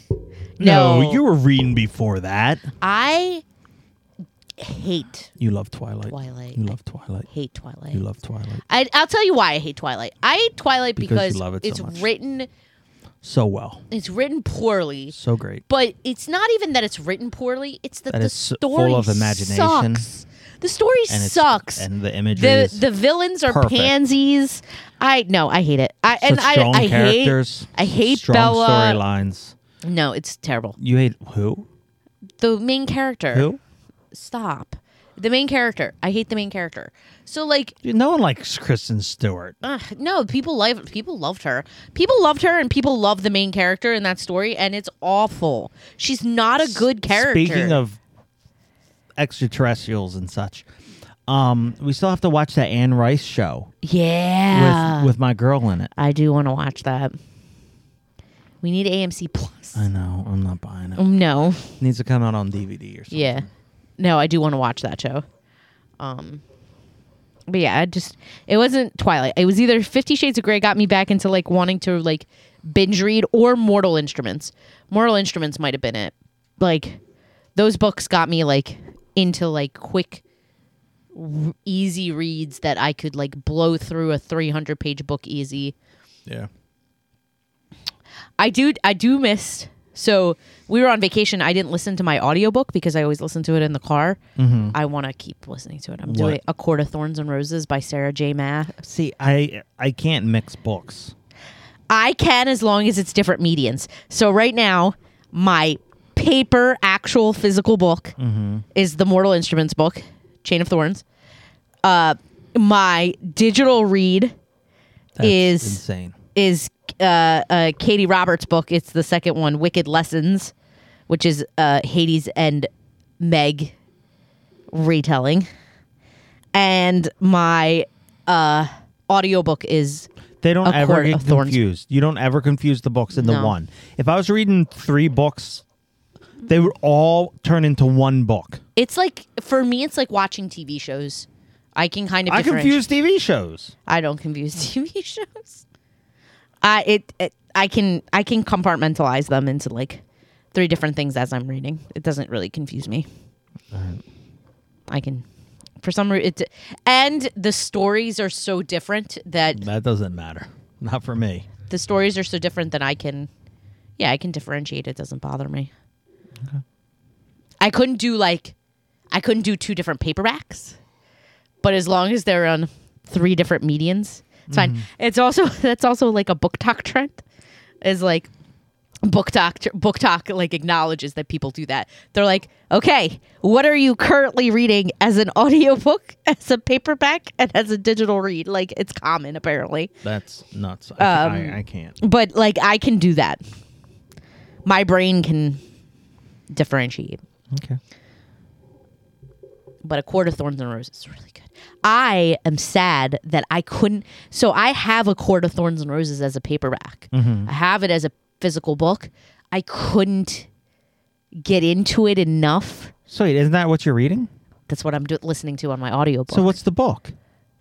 [SPEAKER 1] no, you were reading before that.
[SPEAKER 2] I hate
[SPEAKER 1] You love Twilight.
[SPEAKER 2] Twilight.
[SPEAKER 1] You love Twilight.
[SPEAKER 2] hate Twilight.
[SPEAKER 1] You love Twilight
[SPEAKER 2] I, I'll tell you why I hate Twilight. I hate Twilight
[SPEAKER 1] Because you
[SPEAKER 2] because,
[SPEAKER 1] love it so
[SPEAKER 2] it's
[SPEAKER 1] much.
[SPEAKER 2] written
[SPEAKER 1] so well,
[SPEAKER 2] it's written poorly.
[SPEAKER 1] so great.
[SPEAKER 2] But it's not even that it's written poorly. It's that,
[SPEAKER 1] That
[SPEAKER 2] the
[SPEAKER 1] it's
[SPEAKER 2] story
[SPEAKER 1] full of imagination.
[SPEAKER 2] sucks. The story
[SPEAKER 1] And it's,
[SPEAKER 2] sucks.
[SPEAKER 1] And the imagery.
[SPEAKER 2] the
[SPEAKER 1] is-
[SPEAKER 2] the villains are
[SPEAKER 1] perfect.
[SPEAKER 2] pansies. I no, I hate it. I and
[SPEAKER 1] such
[SPEAKER 2] I
[SPEAKER 1] strong
[SPEAKER 2] I
[SPEAKER 1] characters.
[SPEAKER 2] hate I hate
[SPEAKER 1] strong
[SPEAKER 2] Bella.
[SPEAKER 1] storylines.
[SPEAKER 2] No, it's terrible.
[SPEAKER 1] You hate who?
[SPEAKER 2] The main character.
[SPEAKER 1] Who?
[SPEAKER 2] Stop. The main character. I hate the main character. So like
[SPEAKER 1] Dude, No one likes Kristen Stewart.
[SPEAKER 2] Ugh, no, people love people loved her. People loved her, and people love the main character in that story, and it's awful. She's not a good character.
[SPEAKER 1] Speaking of extraterrestrials and such, um, we still have to watch that Anne Rice show
[SPEAKER 2] yeah, Ah.
[SPEAKER 1] with with my girl in it.
[SPEAKER 2] I do want to watch that. We need AMC Plus.
[SPEAKER 1] I know. I'm not buying it.
[SPEAKER 2] Um, no.
[SPEAKER 1] Needs to come out on DVD or something.
[SPEAKER 2] Yeah. No, I do want to watch that show. Um but yeah, I just it wasn't Twilight. It was either 50 Shades of Grey got me back into like wanting to like binge read or Mortal Instruments. Mortal Instruments might have been it. Like those books got me like into like quick w- easy reads that I could like blow through a 300 page book easy.
[SPEAKER 1] Yeah.
[SPEAKER 2] I do I do miss so we were on vacation. I didn't listen to my audiobook because I always listen to it in the car. I want to keep listening to it. I'm doing
[SPEAKER 1] What?
[SPEAKER 2] A Court of Thorns and Roses by Sarah J. Maas.
[SPEAKER 1] See, I I can't mix books.
[SPEAKER 2] I can as long as it's different mediums. So right now, my paper actual physical book is the Mortal Instruments book, Chain of Thorns. Uh, my digital read
[SPEAKER 1] That's
[SPEAKER 2] Is-
[SPEAKER 1] insane.
[SPEAKER 2] is uh, uh, Katie Roberts' book. It's the second one, Wicked Lessons, which is uh, Hades and Meg retelling. And my uh, audiobook is
[SPEAKER 1] They don't
[SPEAKER 2] A
[SPEAKER 1] ever
[SPEAKER 2] Court
[SPEAKER 1] get
[SPEAKER 2] of Thorns.
[SPEAKER 1] confused. You don't ever confuse the books into
[SPEAKER 2] No.
[SPEAKER 1] one. If I was reading three books, they would all turn into one book.
[SPEAKER 2] it's like for me, it's like watching TV shows. I can kind of
[SPEAKER 1] I
[SPEAKER 2] differentiate-
[SPEAKER 1] confuse TV shows.
[SPEAKER 2] I don't confuse (laughs) TV shows. I it, it I can I can compartmentalize them into like three different things as I'm reading. It doesn't really confuse me. I can for some reason it and the stories are so different that
[SPEAKER 1] That doesn't matter. Not for me.
[SPEAKER 2] the stories are so different that I can yeah, I can differentiate. It doesn't bother me. I couldn't do like I couldn't do two different paperbacks. But as long as they're on three different medians, it's fine. It's also (laughs) that's also like a book talk trend. Is like book talk book talk like acknowledges that people do that. They're like, "Okay, what are you currently reading as an (laughs) audiobook, as a paperback, and as a digital read?" Like it's common apparently
[SPEAKER 1] That's nuts. I,
[SPEAKER 2] Um,
[SPEAKER 1] ca- I, I can't.
[SPEAKER 2] but like I can do that. My brain can differentiate.
[SPEAKER 1] Okay.
[SPEAKER 2] But a quart of thorns and roses is really good. I am sad that I couldn't. So I have a quart of thorns and roses as a paperback.
[SPEAKER 1] Mm-hmm.
[SPEAKER 2] I have it as a physical book. I couldn't get into it enough.
[SPEAKER 1] So wait, isn't that what you're reading?
[SPEAKER 2] That's what I'm do- listening to on my audiobook.
[SPEAKER 1] So what's the book?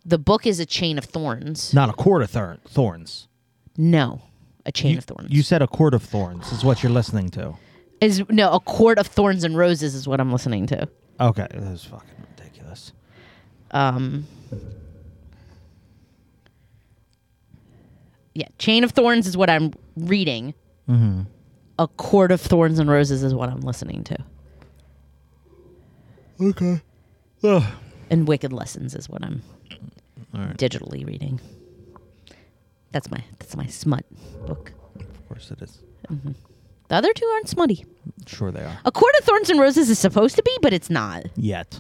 [SPEAKER 2] the book is a chain of thorns.
[SPEAKER 1] Not a court of thorn- thorns.
[SPEAKER 2] No, a chain
[SPEAKER 1] You,
[SPEAKER 2] of thorns.
[SPEAKER 1] you said a court of thorns is what you're listening to.
[SPEAKER 2] is no a quart of thorns and roses is what I'm listening to.
[SPEAKER 1] Okay, that was fucking ridiculous.
[SPEAKER 2] um yeah chain of thorns is what i'm reading a court of thorns and roses is what i'm listening to
[SPEAKER 1] Okay. Ugh.
[SPEAKER 2] and wicked lessons is what i'm
[SPEAKER 1] All right.
[SPEAKER 2] digitally reading that's my that's my smut book
[SPEAKER 1] Of course it is.
[SPEAKER 2] the other two aren't smutty
[SPEAKER 1] Sure they are.
[SPEAKER 2] a court of thorns and roses is supposed to be but it's not
[SPEAKER 1] Yet.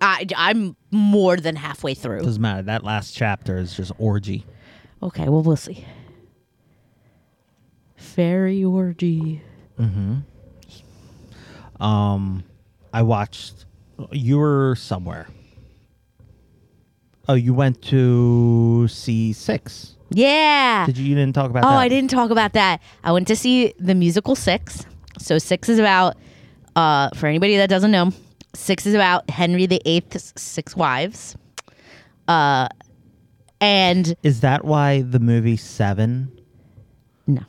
[SPEAKER 2] i i'm more than halfway through
[SPEAKER 1] Doesn't matter. That last chapter is just orgy.
[SPEAKER 2] okay well we'll see fairy orgy
[SPEAKER 1] Um, I watched. You were somewhere. Oh, you went to C six.
[SPEAKER 2] yeah
[SPEAKER 1] Did you? You didn't talk about.
[SPEAKER 2] Oh,
[SPEAKER 1] that.
[SPEAKER 2] I didn't talk about that. I went to see the musical Six. So Six is about, uh, for anybody that doesn't know, Six is about Henry VIII's six wives. Uh, and
[SPEAKER 1] Is that why the movie Seven?
[SPEAKER 2] no,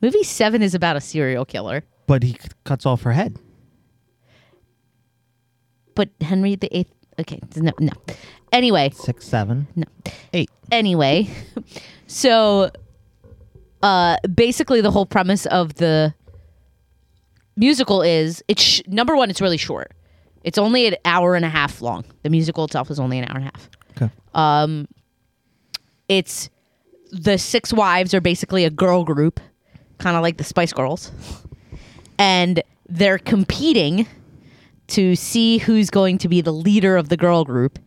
[SPEAKER 2] movie seven is about a serial killer,
[SPEAKER 1] But he c- cuts off her head.
[SPEAKER 2] but Henry VIII. Okay, no, no. Anyway,
[SPEAKER 1] Six, seven,
[SPEAKER 2] no.
[SPEAKER 1] eight.
[SPEAKER 2] anyway, so uh, basically the whole premise of the musical is it's sh- number one. It's really short. It's only an hour and a half long. The musical itself is only an hour and a half.
[SPEAKER 1] Okay.
[SPEAKER 2] It's the six wives are basically a girl group, kind of like the Spice Girls, and they're competing to see who's going to be the leader of the girl group,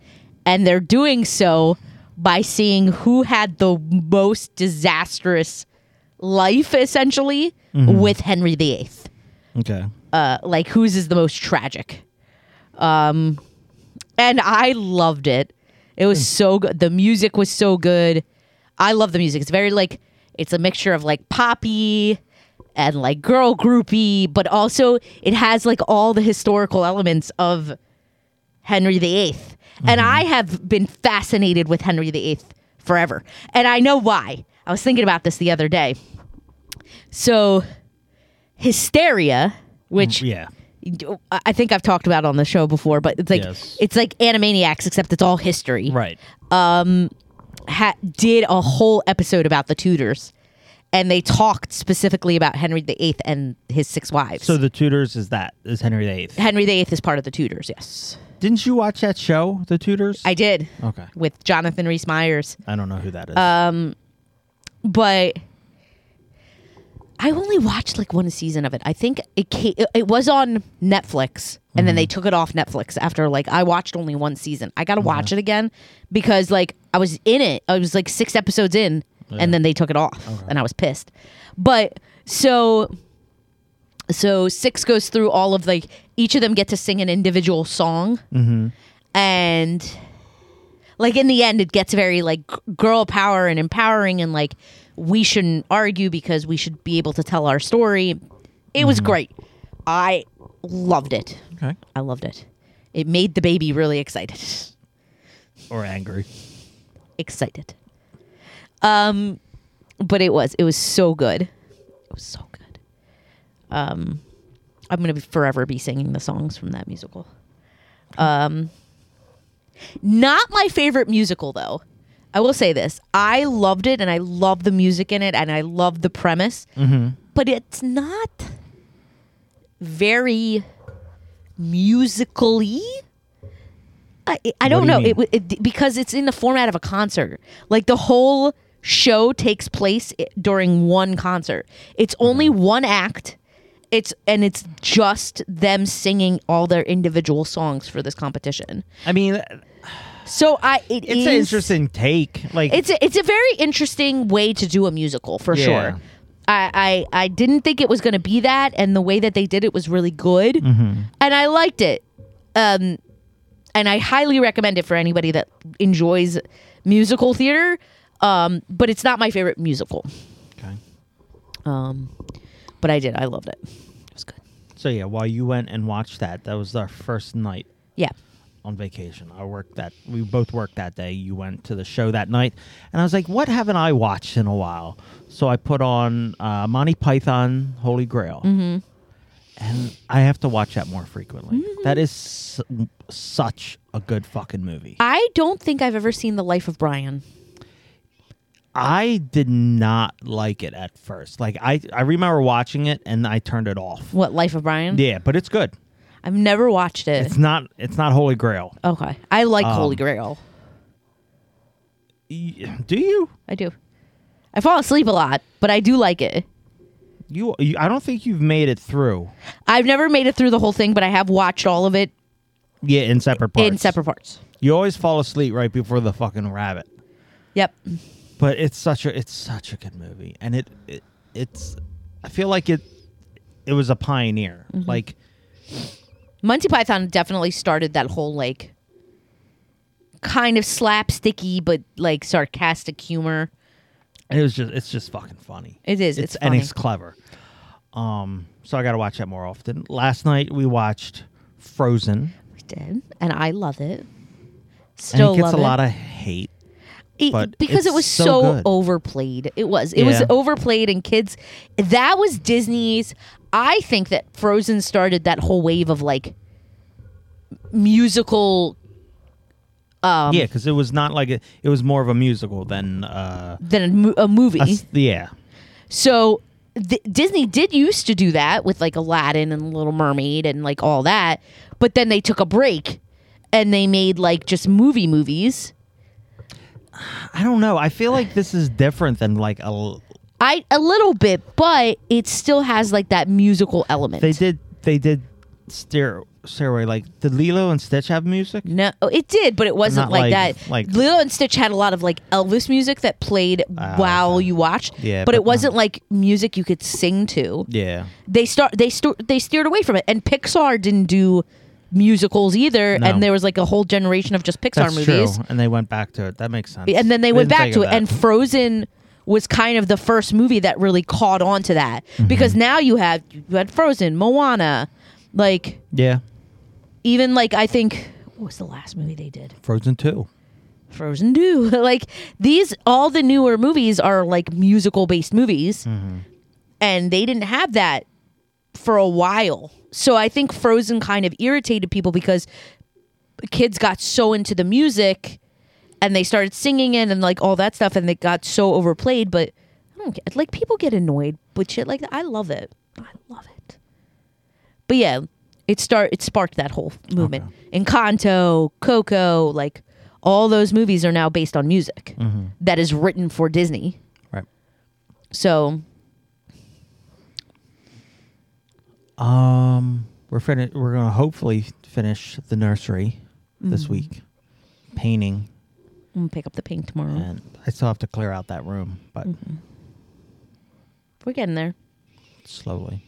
[SPEAKER 2] and they're doing so by seeing who had the most disastrous life, essentially, with Henry VIII
[SPEAKER 1] Okay.
[SPEAKER 2] uh, like whose is the most tragic. Um, and I loved it. It was so good. The music was so good. I love the music. It's very like It's a mixture of like poppy and like girl groupy, but also it has like all the historical elements of Henry VIII. And I have been fascinated with Henry VIII forever. And I know why. I was thinking about this the other day. So, Hysteria, which
[SPEAKER 1] Yeah.
[SPEAKER 2] I I think I've talked about on the show before, but it's like
[SPEAKER 1] Yes.
[SPEAKER 2] it's like Animaniacs except it's all history.
[SPEAKER 1] Right.
[SPEAKER 2] Ha- did a whole episode about the Tudors, and they talked specifically about Henry VIII and his six wives.
[SPEAKER 1] So the Tudors is that is Henry VIII.
[SPEAKER 2] Henry VIII is part of the Tudors. Yes,
[SPEAKER 1] Didn't you watch that show, The Tudors?
[SPEAKER 2] I did
[SPEAKER 1] okay.
[SPEAKER 2] with Jonathan Rhys Meyers,
[SPEAKER 1] I don't know who that is.
[SPEAKER 2] Uh, but I only watched like one season of it. I think it ca it was on Netflix, and then they took it off Netflix after like I watched only one season. I gotta watch it again because like I was in it. I was like six episodes in, and then they took it off, and I was pissed. But so so six goes through all of like each of them get to sing an individual song and like in the end it gets very like g- girl power and empowering and like we shouldn't argue because we should be able to tell our story it was great i loved it
[SPEAKER 1] okay.
[SPEAKER 2] i loved it it made the baby really excited
[SPEAKER 1] Or angry.
[SPEAKER 2] excited um but it was it was so good it was so good um i'm gonna be forever be singing the songs from that musical um not my favorite musical though i will say this i loved it and i love the music in it and i love the premise
[SPEAKER 1] Mm-hmm.
[SPEAKER 2] but it's not very musically i, I
[SPEAKER 1] do
[SPEAKER 2] don't
[SPEAKER 1] you
[SPEAKER 2] know
[SPEAKER 1] mean?
[SPEAKER 2] it, w- it because it's in the format of a concert like the whole show takes place i- during one concert it's only
[SPEAKER 1] Mm-hmm.
[SPEAKER 2] one act it's and it's just them singing all their individual songs for this competition
[SPEAKER 1] I mean,
[SPEAKER 2] so i it
[SPEAKER 1] it's
[SPEAKER 2] is-
[SPEAKER 1] an interesting take. Like
[SPEAKER 2] it's a, it's a very interesting way to do a musical for
[SPEAKER 1] Yeah.
[SPEAKER 2] sure. I, I I didn't think it was going to be that, and the way that they did it was really good,
[SPEAKER 1] Mm-hmm.
[SPEAKER 2] and I liked it. Um, and I highly recommend it for anybody that enjoys musical theater. Um, but it's not my favorite musical.
[SPEAKER 1] okay.
[SPEAKER 2] Um, but I did. I loved it. It was good.
[SPEAKER 1] So yeah, while you went and watched that, that was our first night
[SPEAKER 2] Yeah.
[SPEAKER 1] on vacation. I worked that we both worked that day. You went to the show that night, and I was like, "What haven't I watched in a while?" So I put on uh, Monty Python Holy Grail, and I have to watch that more frequently. That is su- such a good fucking movie.
[SPEAKER 2] I don't think I've ever seen The Life of Brian.
[SPEAKER 1] I did not like it at first. Like I, I remember watching it and I turned it off.
[SPEAKER 2] What Life of Brian?
[SPEAKER 1] Yeah, but it's good.
[SPEAKER 2] I've never watched it.
[SPEAKER 1] It's not. It's not Holy Grail.
[SPEAKER 2] okay. I like Holy
[SPEAKER 1] Um,
[SPEAKER 2] Grail.
[SPEAKER 1] Y- Do you?
[SPEAKER 2] I do. I fall asleep a lot, but I do like it.
[SPEAKER 1] You, you I don't think you've made it through.
[SPEAKER 2] I've never made it through the whole thing, but I have watched all of it
[SPEAKER 1] Yeah, in separate parts.
[SPEAKER 2] in separate parts.
[SPEAKER 1] You always fall asleep right before the fucking rabbit.
[SPEAKER 2] Yep.
[SPEAKER 1] But it's such a it's such a good movie, and it, it it's I feel like it it was a pioneer.
[SPEAKER 2] Mm-hmm.
[SPEAKER 1] Like
[SPEAKER 2] Monty Python definitely started that whole like kind of slapsticky but like sarcastic humor.
[SPEAKER 1] it was just it's just fucking funny.
[SPEAKER 2] It is. It's funny.
[SPEAKER 1] and it's clever. Um, so I got to watch that more often. Last night we watched Frozen,
[SPEAKER 2] We did, and I love it.
[SPEAKER 1] and
[SPEAKER 2] Still
[SPEAKER 1] it gets
[SPEAKER 2] love
[SPEAKER 1] a
[SPEAKER 2] it.
[SPEAKER 1] lot of hate.
[SPEAKER 2] It-
[SPEAKER 1] but
[SPEAKER 2] because it
[SPEAKER 1] it's
[SPEAKER 2] was
[SPEAKER 1] so
[SPEAKER 2] so,
[SPEAKER 1] good.
[SPEAKER 2] overplayed. It was. It was
[SPEAKER 1] Yeah.
[SPEAKER 2] overplayed, and kids. That was Disney's. I think that Frozen started that whole wave of like musical Um,
[SPEAKER 1] Yeah, 'cause yeah, because it was not like a, it was more of a musical than uh,
[SPEAKER 2] than a, mo- a movie.
[SPEAKER 1] a s- yeah.
[SPEAKER 2] So th- Disney did used to do that with like Aladdin and Little Mermaid and like all that, but then they took a break and they made like just movie movies.
[SPEAKER 1] I don't know. I feel like this is different than like a. l-
[SPEAKER 2] I a little bit, but it still has like that musical element.
[SPEAKER 1] They did. They did. Stair, stairway. Like did Lilo and Stitch have music?
[SPEAKER 2] No, oh, it did, but it wasn't
[SPEAKER 1] Not
[SPEAKER 2] like,
[SPEAKER 1] like-
[SPEAKER 2] that.
[SPEAKER 1] like-
[SPEAKER 2] Like Lilo and Stitch had a lot of like Elvis music that played while you watched.
[SPEAKER 1] Ah, Yeah,
[SPEAKER 2] but,
[SPEAKER 1] but
[SPEAKER 2] it wasn't like music you could sing to.
[SPEAKER 1] Yeah.
[SPEAKER 2] They start they stu- they steered away from it, and Pixar didn't do musicals either.
[SPEAKER 1] No.
[SPEAKER 2] And there was like a whole generation of just Pixar
[SPEAKER 1] That's
[SPEAKER 2] movies,
[SPEAKER 1] true. And they went back to it. That makes sense.
[SPEAKER 2] and then they
[SPEAKER 1] I
[SPEAKER 2] went
[SPEAKER 1] didn't
[SPEAKER 2] back
[SPEAKER 1] think
[SPEAKER 2] to
[SPEAKER 1] of
[SPEAKER 2] it.
[SPEAKER 1] that.
[SPEAKER 2] And Frozen was kind of the first movie that really caught on to that
[SPEAKER 1] Mm-hmm.
[SPEAKER 2] because now you have you had Frozen, Moana, like
[SPEAKER 1] Yeah.
[SPEAKER 2] even like I think what was the last movie they did?
[SPEAKER 1] Frozen 2.
[SPEAKER 2] Frozen 2. (laughs) like these all the newer movies are like musical based movies. And they didn't have that for a while. So I think Frozen kind of irritated people because kids got so into the music and they started singing it and like all that stuff and they got so overplayed but I don't get like people get annoyed with shit like that. I love it. I love it. But yeah, it start it sparked that whole movement. Encanto, Coco, like all those movies are now based on music
[SPEAKER 1] Mm-hmm.
[SPEAKER 2] that is written for Disney.
[SPEAKER 1] Right.
[SPEAKER 2] So
[SPEAKER 1] Um, we're fin- we're going to hopefully finish the nursery this week. Painting
[SPEAKER 2] I'm gonna pick up the pink tomorrow.
[SPEAKER 1] and I still have to clear out that room, but
[SPEAKER 2] We're getting there.
[SPEAKER 1] slowly.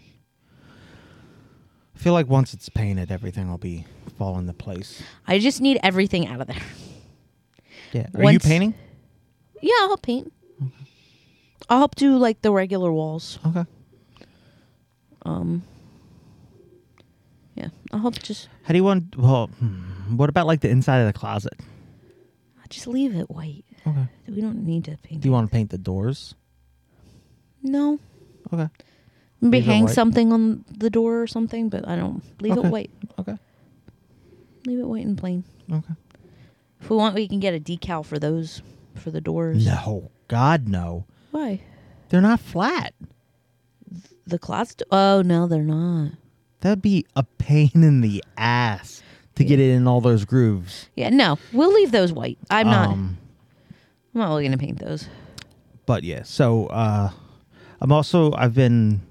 [SPEAKER 1] I feel like once it's painted, everything will be fall into place.
[SPEAKER 2] I just need everything out of there. (laughs)
[SPEAKER 1] Yeah. Are you
[SPEAKER 2] Once-
[SPEAKER 1] painting?
[SPEAKER 2] Yeah, I'll help paint. I'll help do like the regular walls.
[SPEAKER 1] Okay.
[SPEAKER 2] Um. Yeah, I'll help just
[SPEAKER 1] How do you want? Well, hmm, what about like the inside of the closet?
[SPEAKER 2] I'll just leave it white.
[SPEAKER 1] Okay.
[SPEAKER 2] We don't need to paint.
[SPEAKER 1] Do you want to paint the doors?
[SPEAKER 2] no,
[SPEAKER 1] Okay.
[SPEAKER 2] maybe
[SPEAKER 1] Leave it
[SPEAKER 2] hang
[SPEAKER 1] white.
[SPEAKER 2] something on the door or something, but I don't leave
[SPEAKER 1] Okay.
[SPEAKER 2] it white.
[SPEAKER 1] Okay.
[SPEAKER 2] Leave it white and plain.
[SPEAKER 1] Okay.
[SPEAKER 2] If we want, we can get a decal for those for the doors.
[SPEAKER 1] No, God, no.
[SPEAKER 2] Why
[SPEAKER 1] They're not flat.
[SPEAKER 2] the closet? Oh no, they're not.
[SPEAKER 1] That'd be a pain in the ass to get it in all those grooves.
[SPEAKER 2] Yeah, no, we'll leave those white. I'm not.
[SPEAKER 1] Um,
[SPEAKER 2] I'm not really gonna paint those.
[SPEAKER 1] but yeah, so uh, I'm also I've been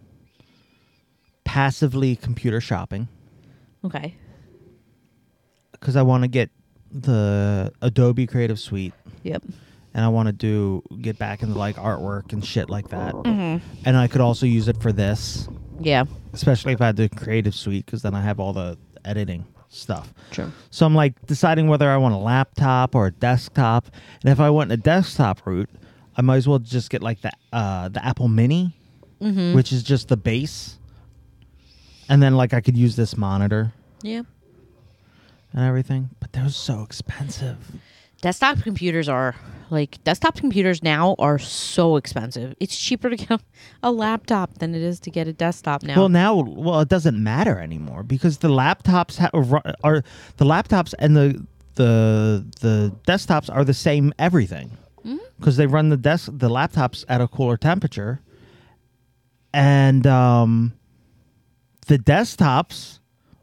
[SPEAKER 1] passively computer shopping
[SPEAKER 2] Okay.
[SPEAKER 1] because I want to get the Adobe Creative Suite
[SPEAKER 2] Yep.
[SPEAKER 1] and I want to do get back into like artwork and shit like that. And I could also use it for this,
[SPEAKER 2] Yeah.
[SPEAKER 1] especially if I had the Creative Suite because then I have all the editing stuff.
[SPEAKER 2] True.
[SPEAKER 1] So I'm like deciding whether I want a laptop or a desktop. And if I went a desktop route, I might as well just get like the uh, the Apple Mini, which is just the base. And then like I could use this monitor
[SPEAKER 2] Yeah.
[SPEAKER 1] and everything, but they're so expensive.
[SPEAKER 2] desktop computers are like desktop computers now are so expensive. It's cheaper to get a laptop than it is to get a desktop now.
[SPEAKER 1] Well, now well it doesn't matter anymore because the laptops ha- ru- are the laptops and the the the desktops are the same everything because they run the desk the laptops at a cooler temperature and um the desktops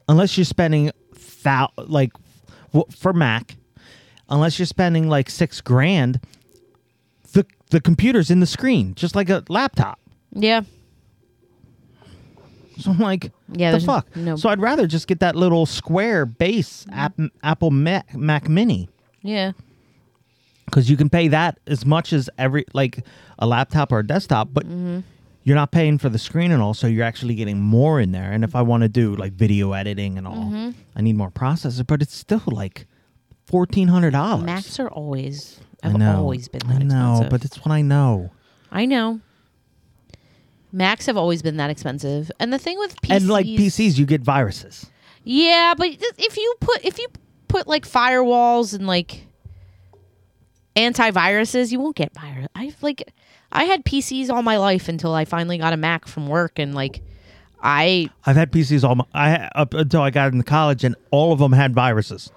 [SPEAKER 1] unless you're spending thou- like w- for Mac unless you're spending like 6 grand the the computer's in the screen just like a laptop
[SPEAKER 2] yeah.
[SPEAKER 1] (laughs) so I'm like,
[SPEAKER 2] Yeah,
[SPEAKER 1] the
[SPEAKER 2] there's
[SPEAKER 1] fuck.
[SPEAKER 2] no- Mm-hmm.
[SPEAKER 1] So I'd rather just get that little square base app, Apple Mac, Mac Mini
[SPEAKER 2] Yeah.
[SPEAKER 1] because you can pay that as much as every like a laptop or a desktop, but
[SPEAKER 2] Mm-hmm.
[SPEAKER 1] you're not paying for the screen and all, so you're actually getting more in there. And if I want to do like video editing and all,
[SPEAKER 2] Mm-hmm.
[SPEAKER 1] I need more processor, but it's still like fourteen hundred dollars.
[SPEAKER 2] Macs are always
[SPEAKER 1] I
[SPEAKER 2] have
[SPEAKER 1] know.
[SPEAKER 2] always been
[SPEAKER 1] I
[SPEAKER 2] that
[SPEAKER 1] know,
[SPEAKER 2] expensive.
[SPEAKER 1] but it's what I know.
[SPEAKER 2] I know. Macs have always been that expensive. And the thing with PCs
[SPEAKER 1] And like PCs, you get viruses.
[SPEAKER 2] Yeah, but th- if you put if you put like firewalls and like antiviruses, you won't get virus. I've like I had PCs all my life until I finally got a Mac from work and like I
[SPEAKER 1] I've had PCs all my, I up until I got into college, and all of them had viruses.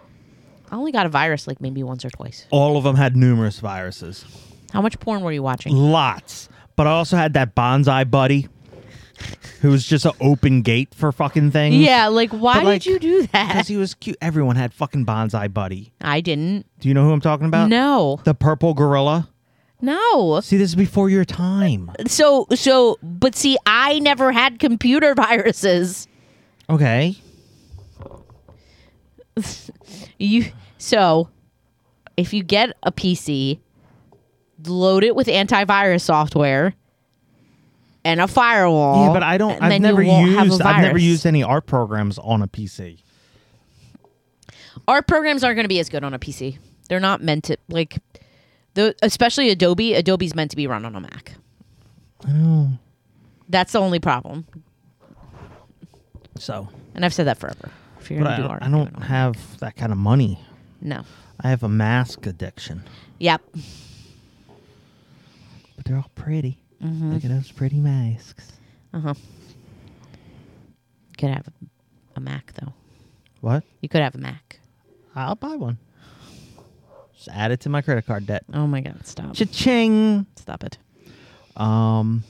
[SPEAKER 2] I only got a virus like maybe once or twice.
[SPEAKER 1] all of them had numerous viruses,
[SPEAKER 2] How much porn were you
[SPEAKER 1] Mm.
[SPEAKER 2] watching?
[SPEAKER 1] lots. But I also had that bonsai buddy, who was just an open gate for fucking things.
[SPEAKER 2] Yeah, like why
[SPEAKER 1] But, like,
[SPEAKER 2] did you do that?
[SPEAKER 1] because he was cute. Everyone had fucking bonsai buddy.
[SPEAKER 2] I didn't.
[SPEAKER 1] Do you know who I'm talking about?
[SPEAKER 2] No.
[SPEAKER 1] the purple gorilla.
[SPEAKER 2] No.
[SPEAKER 1] See, this is before your time.
[SPEAKER 2] So so but see I never had computer (laughs) viruses.
[SPEAKER 1] Okay,
[SPEAKER 2] You so if you get a PC, load it with antivirus software and a firewall.
[SPEAKER 1] yeah, but I don't.
[SPEAKER 2] and
[SPEAKER 1] I've
[SPEAKER 2] then you
[SPEAKER 1] never
[SPEAKER 2] won't have a
[SPEAKER 1] used. I've never
[SPEAKER 2] virus.
[SPEAKER 1] used any art programs on a PC.
[SPEAKER 2] Our programs aren't going to be as good on a PC. They're not meant to like The, especially Adobe. Adobe's meant to be run on a Mac.
[SPEAKER 1] I know.
[SPEAKER 2] That's the only problem.
[SPEAKER 1] So,
[SPEAKER 2] And I've said that forever. If you're
[SPEAKER 1] but I,
[SPEAKER 2] gonna do
[SPEAKER 1] don't-
[SPEAKER 2] art,
[SPEAKER 1] I
[SPEAKER 2] do it
[SPEAKER 1] don't
[SPEAKER 2] on-
[SPEAKER 1] have that kind of money.
[SPEAKER 2] No.
[SPEAKER 1] I have a mask addiction,
[SPEAKER 2] Yep.
[SPEAKER 1] but they're all pretty.
[SPEAKER 2] Mm-hmm.
[SPEAKER 1] Look at those pretty masks.
[SPEAKER 2] Uh huh. Could have a Mac though.
[SPEAKER 1] What?
[SPEAKER 2] You could have a Mac.
[SPEAKER 1] I'll buy one. Just add it to my credit card debt.
[SPEAKER 2] Oh my God! Stop.
[SPEAKER 1] Cha-ching.
[SPEAKER 2] Stop it.
[SPEAKER 1] Um,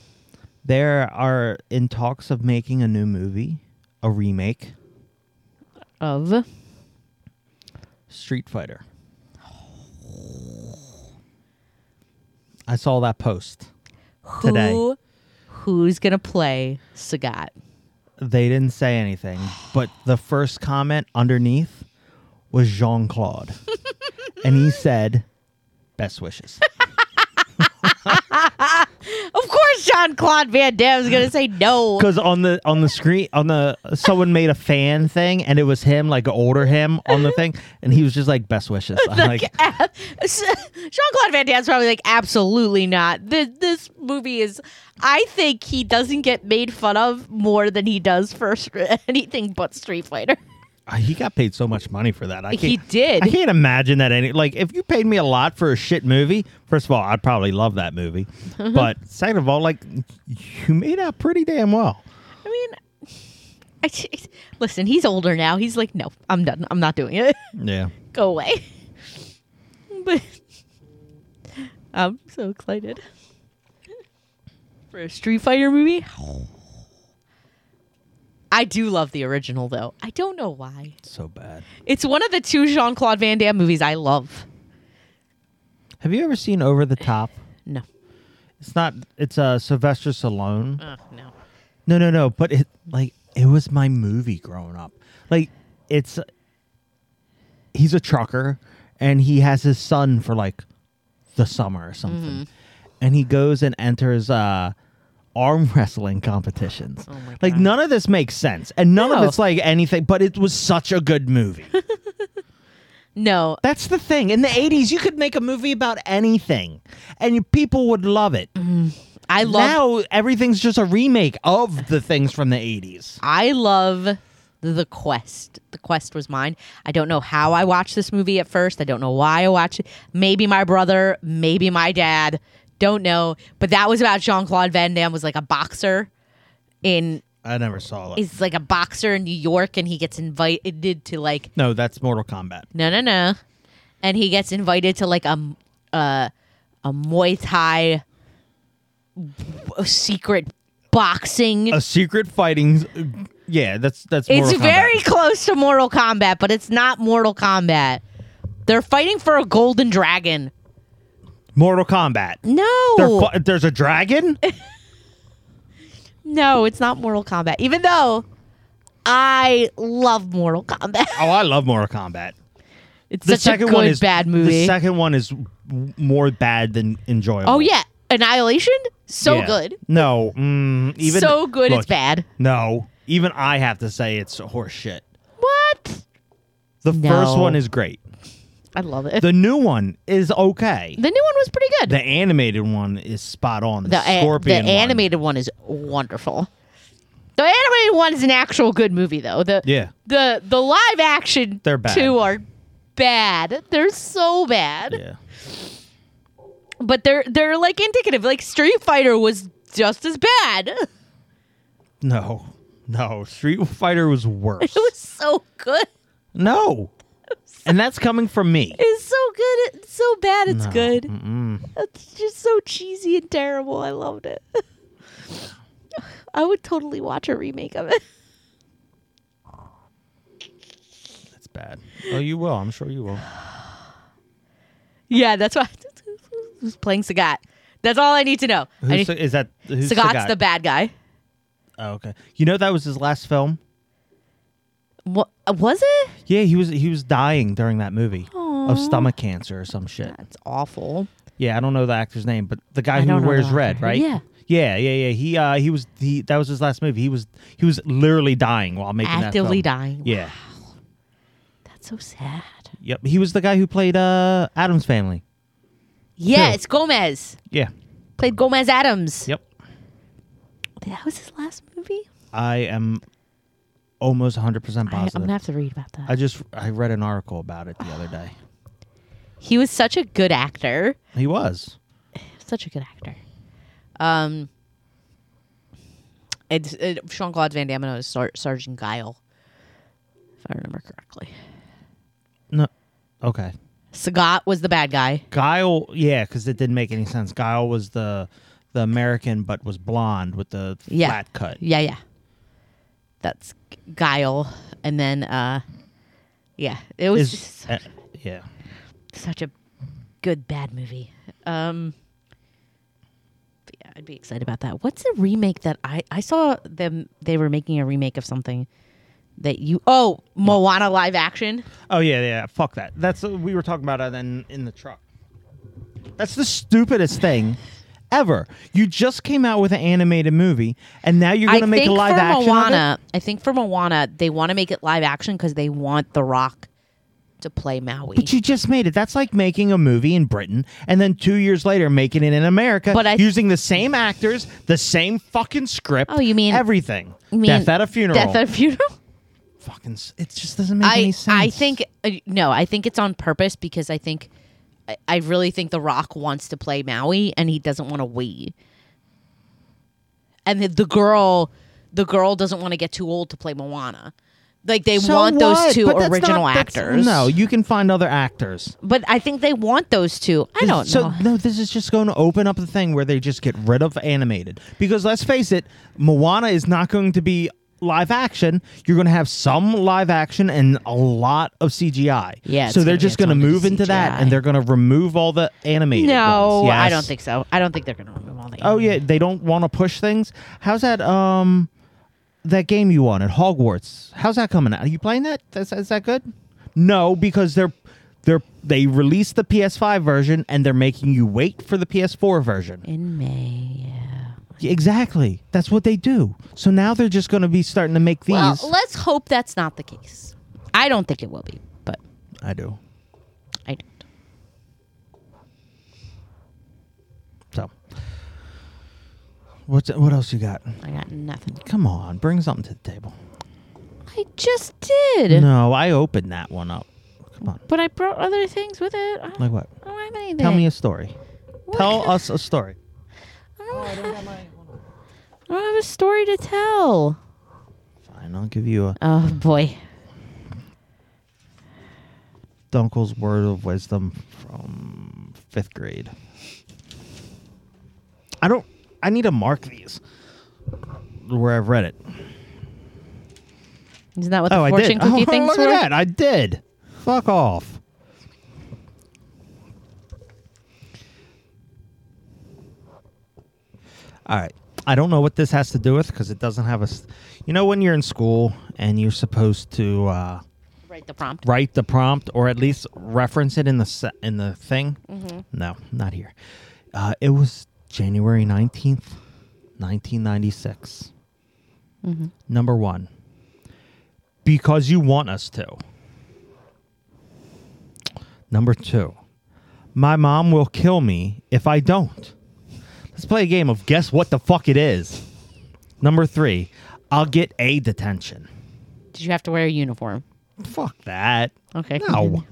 [SPEAKER 1] there are in talks of making a new movie, a remake,
[SPEAKER 2] Of.
[SPEAKER 1] Street Fighter. I saw that post. Today.
[SPEAKER 2] Who, who's gonna play Sagat?
[SPEAKER 1] They didn't say anything, but the first comment underneath was Jean Claude, and he said, "Best wishes."
[SPEAKER 2] Of course, John Claude Van Damme is gonna say (laughs) no.
[SPEAKER 1] Because on the on the screen on the someone made a fan thing, and it was him, like older him, on the thing, and he was just like, "Best wishes." I'm (laughs) like,
[SPEAKER 2] (laughs) Sean Claude Van Damme's probably like, absolutely not. This this movie is. I think he doesn't get made fun of more than he does for (laughs) str- anything but Street Fighter.
[SPEAKER 1] Uh, He got paid so much money for that. I can't,
[SPEAKER 2] He did.
[SPEAKER 1] I can't imagine that any. Like, if you paid me a lot for a shit movie, first of all, I'd probably love that
[SPEAKER 2] (laughs)
[SPEAKER 1] movie. but second of all, like, you made out pretty damn well.
[SPEAKER 2] I mean, (sighs) I, t- listen, he's older now. He's like, no, I'm done. I'm not doing it. (laughs)
[SPEAKER 1] Yeah.
[SPEAKER 2] Go away. (laughs) but (laughs) I'm so excited (laughs) for a Street Fighter movie. (sighs) I do love the original though. I don't know why.
[SPEAKER 1] So bad.
[SPEAKER 2] It's one of the two Jean Claude Van Damme movies I love.
[SPEAKER 1] Have you ever seen Over the Top?
[SPEAKER 2] No.
[SPEAKER 1] It's not. It's uh, Sylvester Stallone.
[SPEAKER 2] Uh, no.
[SPEAKER 1] No, no, no. But it like it was my movie growing up. Like it's he's a trucker and he has his son for like the summer or something.
[SPEAKER 2] Mm-hmm.
[SPEAKER 1] And he goes and enters uh arm (laughs) wrestling competitions.
[SPEAKER 2] Oh my
[SPEAKER 1] like
[SPEAKER 2] God.
[SPEAKER 1] none of this makes sense. And none of
[SPEAKER 2] No.
[SPEAKER 1] it's like anything, but it was such a good
[SPEAKER 2] (laughs)
[SPEAKER 1] movie.
[SPEAKER 2] No.
[SPEAKER 1] That's the thing. In the 80s, you could make a movie about anything and people would love it.
[SPEAKER 2] I Mm-hmm. love
[SPEAKER 1] now everything's just a remake of the things from the 80s.
[SPEAKER 2] I love The Quest. The Quest was mine. I don't know how I watched this movie at first. I don't know why I watched it. Maybe my brother, maybe my dad. Don't know. But that was about Jean Claude Van Damme was like a boxer in
[SPEAKER 1] I never saw it.
[SPEAKER 2] is like a boxer in New York and he gets invited to like
[SPEAKER 1] no, that's Mortal Kombat.
[SPEAKER 2] no no no and he gets invited to like a m- a, a Muay Thai w- secret boxing
[SPEAKER 1] A secret fighting. Yeah, that's that's. Mortal
[SPEAKER 2] It's
[SPEAKER 1] Kombat.
[SPEAKER 2] very close to Mortal Kombat, but it's not Mortal Kombat. They're fighting for a golden dragon.
[SPEAKER 1] Mortal Kombat.
[SPEAKER 2] No.
[SPEAKER 1] They're fu- there's a
[SPEAKER 2] (laughs)
[SPEAKER 1] dragon.
[SPEAKER 2] no, it's not Mortal Kombat. Even though I love Mortal Kombat. (laughs)
[SPEAKER 1] Oh, I love Mortal Kombat.
[SPEAKER 2] It's
[SPEAKER 1] The
[SPEAKER 2] such
[SPEAKER 1] second
[SPEAKER 2] a good
[SPEAKER 1] one is
[SPEAKER 2] bad
[SPEAKER 1] The
[SPEAKER 2] movie.
[SPEAKER 1] second one is w- more bad than enjoyable.
[SPEAKER 2] oh yeah, Annihilation? So
[SPEAKER 1] Yeah.
[SPEAKER 2] good.
[SPEAKER 1] No, mm, even
[SPEAKER 2] so good it's
[SPEAKER 1] look,
[SPEAKER 2] bad.
[SPEAKER 1] No, even I have to say it's horse shit.
[SPEAKER 2] What?
[SPEAKER 1] The
[SPEAKER 2] No.
[SPEAKER 1] first one is great.
[SPEAKER 2] I love it. The,
[SPEAKER 1] The new one is okay.
[SPEAKER 2] new one was pretty good.
[SPEAKER 1] The animated one is spot on. The,
[SPEAKER 2] The, a-
[SPEAKER 1] scorpion.
[SPEAKER 2] the
[SPEAKER 1] one-
[SPEAKER 2] animated one is wonderful. The animated one is an actual good movie though. The
[SPEAKER 1] Yeah.
[SPEAKER 2] the the live action
[SPEAKER 1] They're bad.
[SPEAKER 2] two are bad. They're so bad.
[SPEAKER 1] Yeah.
[SPEAKER 2] But they're they're like indicative. Like Street Fighter was just as bad. (laughs) It
[SPEAKER 1] No, no. Street Fighter was
[SPEAKER 2] (laughs)
[SPEAKER 1] worse.
[SPEAKER 2] was so good.
[SPEAKER 1] No. And that's coming from me.
[SPEAKER 2] (laughs) It's so good. It's so bad. It's
[SPEAKER 1] No,
[SPEAKER 2] good.
[SPEAKER 1] mm-mm.
[SPEAKER 2] It's just so cheesy and terrible. I loved it. (laughs) I would totally watch a remake of it. (laughs)
[SPEAKER 1] That's bad. Oh, you will. I'm sure you will.
[SPEAKER 2] Yeah, that's why. (laughs) Who's playing Sagat? That's all I need to know. I
[SPEAKER 1] Who's,
[SPEAKER 2] need-
[SPEAKER 1] is that who's
[SPEAKER 2] Sagat's
[SPEAKER 1] Sagat?
[SPEAKER 2] the bad guy.
[SPEAKER 1] Oh, okay. You know that was his last film.
[SPEAKER 2] What was it?
[SPEAKER 1] Yeah, he was he was dying during that movie of stomach cancer or some shit.
[SPEAKER 2] That's awful.
[SPEAKER 1] Yeah, I don't know the actor's name, but the guy
[SPEAKER 2] I
[SPEAKER 1] who
[SPEAKER 2] don't know
[SPEAKER 1] wears
[SPEAKER 2] the
[SPEAKER 1] red,
[SPEAKER 2] actor.
[SPEAKER 1] right?
[SPEAKER 2] Yeah.
[SPEAKER 1] Yeah, yeah, yeah. He uh he was he that was his last movie. He was he was literally dying while making
[SPEAKER 2] Actively
[SPEAKER 1] that film.
[SPEAKER 2] dying.
[SPEAKER 1] Yeah.
[SPEAKER 2] That's so sad.
[SPEAKER 1] Yep. He was the guy who played uh Adam's Family.
[SPEAKER 2] Yeah,
[SPEAKER 1] Who?
[SPEAKER 2] it's Gomez.
[SPEAKER 1] Yeah.
[SPEAKER 2] Played Gomez Adams.
[SPEAKER 1] Yep.
[SPEAKER 2] That was his last movie?
[SPEAKER 1] I am almost 100% positive.
[SPEAKER 2] I, am going to have to read about that.
[SPEAKER 1] I just I read an article about it the other
[SPEAKER 2] (sighs)
[SPEAKER 1] day.
[SPEAKER 2] he was such a good actor.
[SPEAKER 1] He was.
[SPEAKER 2] Such a good actor. Um, it's it, Sean Claude Van Damme was Sar- Sergeant Guile, if I remember correctly.
[SPEAKER 1] No. Okay.
[SPEAKER 2] Sagat was the bad guy.
[SPEAKER 1] Guile, yeah, because it didn't make any sense. Guile was the the American, but was blonde with the
[SPEAKER 2] Yeah.
[SPEAKER 1] flat cut.
[SPEAKER 2] Yeah, yeah. That's G- Guile, and then uh, yeah, it was
[SPEAKER 1] Is-
[SPEAKER 2] just
[SPEAKER 1] uh, yeah.
[SPEAKER 2] such a good bad movie. Um, but yeah, I'd be excited about that. What's the remake that I I saw them? They were making a remake of something that you oh Moana live action.
[SPEAKER 1] Oh yeah, yeah. Fuck that. That's we were talking about it in in the truck. That's the stupidest thing ever. You just came out with an animated movie, and now you're gonna
[SPEAKER 2] I
[SPEAKER 1] make
[SPEAKER 2] think
[SPEAKER 1] a live
[SPEAKER 2] for
[SPEAKER 1] action. of it?
[SPEAKER 2] Moana, I think for Moana they want to make it live action because they want The Rock to play Maui.
[SPEAKER 1] But you just made it. That's like making a movie in Britain and then two years later making it in America
[SPEAKER 2] But I-
[SPEAKER 1] using the same actors, the same fucking script.
[SPEAKER 2] Oh, you mean-
[SPEAKER 1] everything?
[SPEAKER 2] You mean
[SPEAKER 1] Death at a funeral.
[SPEAKER 2] Death at a funeral.
[SPEAKER 1] fucking. s- It just doesn't make any
[SPEAKER 2] I
[SPEAKER 1] sense.
[SPEAKER 2] I think uh, no, I think it's on purpose because I think I, I really think The Rock wants to play Maui and he doesn't want to wait. And the, the girl, the girl doesn't want to get too old to play Moana. Like they
[SPEAKER 1] So
[SPEAKER 2] want
[SPEAKER 1] what?
[SPEAKER 2] those two
[SPEAKER 1] But that's
[SPEAKER 2] original
[SPEAKER 1] not- that's-
[SPEAKER 2] actors.
[SPEAKER 1] No, you can find other actors.
[SPEAKER 2] but I think they want those two. I don't
[SPEAKER 1] so, (laughs)
[SPEAKER 2] know.
[SPEAKER 1] no, this is just going to open up the thing where they just get rid of animated. Because let's face it, Moana is not going to be live action. You're going to have some live action and a lot of CGI.
[SPEAKER 2] Yeah, it's
[SPEAKER 1] So they're
[SPEAKER 2] gonna be
[SPEAKER 1] just
[SPEAKER 2] a
[SPEAKER 1] going to
[SPEAKER 2] ton of
[SPEAKER 1] move into that
[SPEAKER 2] CGI.
[SPEAKER 1] and they're going to remove all the animated.
[SPEAKER 2] No,
[SPEAKER 1] ones.
[SPEAKER 2] I
[SPEAKER 1] Yes.
[SPEAKER 2] don't think so. I don't think they're gonna remove all the.
[SPEAKER 1] Oh yeah, they don't want to push things. How's that? Um, that game you won at Hogwarts. How's that coming out? Are you playing that? Is, is that good? No, because they're they're they released the PS5 version and they're making you wait for the PS4 version.
[SPEAKER 2] in May. Yeah.
[SPEAKER 1] Exactly. That's what they do. So now they're just going to be starting to make these.
[SPEAKER 2] Well, let's hope that's not the case. I don't think it will be, but
[SPEAKER 1] I do.
[SPEAKER 2] I don't.
[SPEAKER 1] So what's what else you got?
[SPEAKER 2] I got nothing.
[SPEAKER 1] Come on, bring something to the table.
[SPEAKER 2] I just did.
[SPEAKER 1] No, I opened that one up. Come on.
[SPEAKER 2] But I brought other things with it. I don't,
[SPEAKER 1] Like what?
[SPEAKER 2] I don't have anything.
[SPEAKER 1] Tell me a story.
[SPEAKER 2] What?
[SPEAKER 1] Tell us a story.
[SPEAKER 2] I don't, have, I don't have a story to tell.
[SPEAKER 1] Fine, I'll give you a
[SPEAKER 2] Oh, boy.
[SPEAKER 1] Dunkel's word of wisdom from fifth grade. I don't. I need to mark these where I've read it.
[SPEAKER 2] Isn't that what the
[SPEAKER 1] Oh, I
[SPEAKER 2] fortune
[SPEAKER 1] did. (laughs)
[SPEAKER 2] cookie
[SPEAKER 1] Oh,
[SPEAKER 2] things
[SPEAKER 1] look
[SPEAKER 2] were?
[SPEAKER 1] at that! I did. Fuck off. All right. I don't know what this has to do with because it doesn't have a. s- You know when you're in school and you're supposed to. Uh,
[SPEAKER 2] Write the prompt.
[SPEAKER 1] write the prompt or at least reference it in the se- in the thing. No, not here. Uh, it was January nineteenth, nineteen Number one, because you want us to. Number two, my mom will kill me if I don't. Let's play a game of guess what the fuck it is. Number three, I'll get a detention.
[SPEAKER 2] Did you have to wear a uniform?
[SPEAKER 1] Fuck that.
[SPEAKER 2] Okay.
[SPEAKER 1] No.
[SPEAKER 2] continue.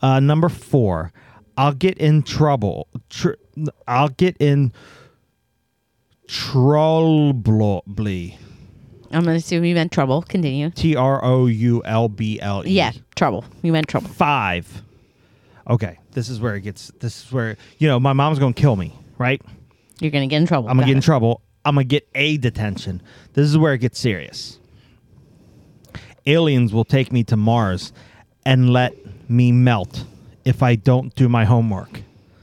[SPEAKER 1] Uh, number four, I'll get in trouble. Tr- I'll get in trouble.
[SPEAKER 2] I'm going to assume you meant trouble. Continue.
[SPEAKER 1] T R O U L B L E.
[SPEAKER 2] Yeah, trouble. You meant trouble.
[SPEAKER 1] Five. Okay, this is where it gets. This is where you know my mom's gonna kill me, right?
[SPEAKER 2] You're going to get in trouble.
[SPEAKER 1] I'm gonna
[SPEAKER 2] Got
[SPEAKER 1] get in
[SPEAKER 2] it.
[SPEAKER 1] trouble. I'm gonna get a detention. This is where it gets serious. Aliens will take me to Mars and let me melt if I don't do my homework.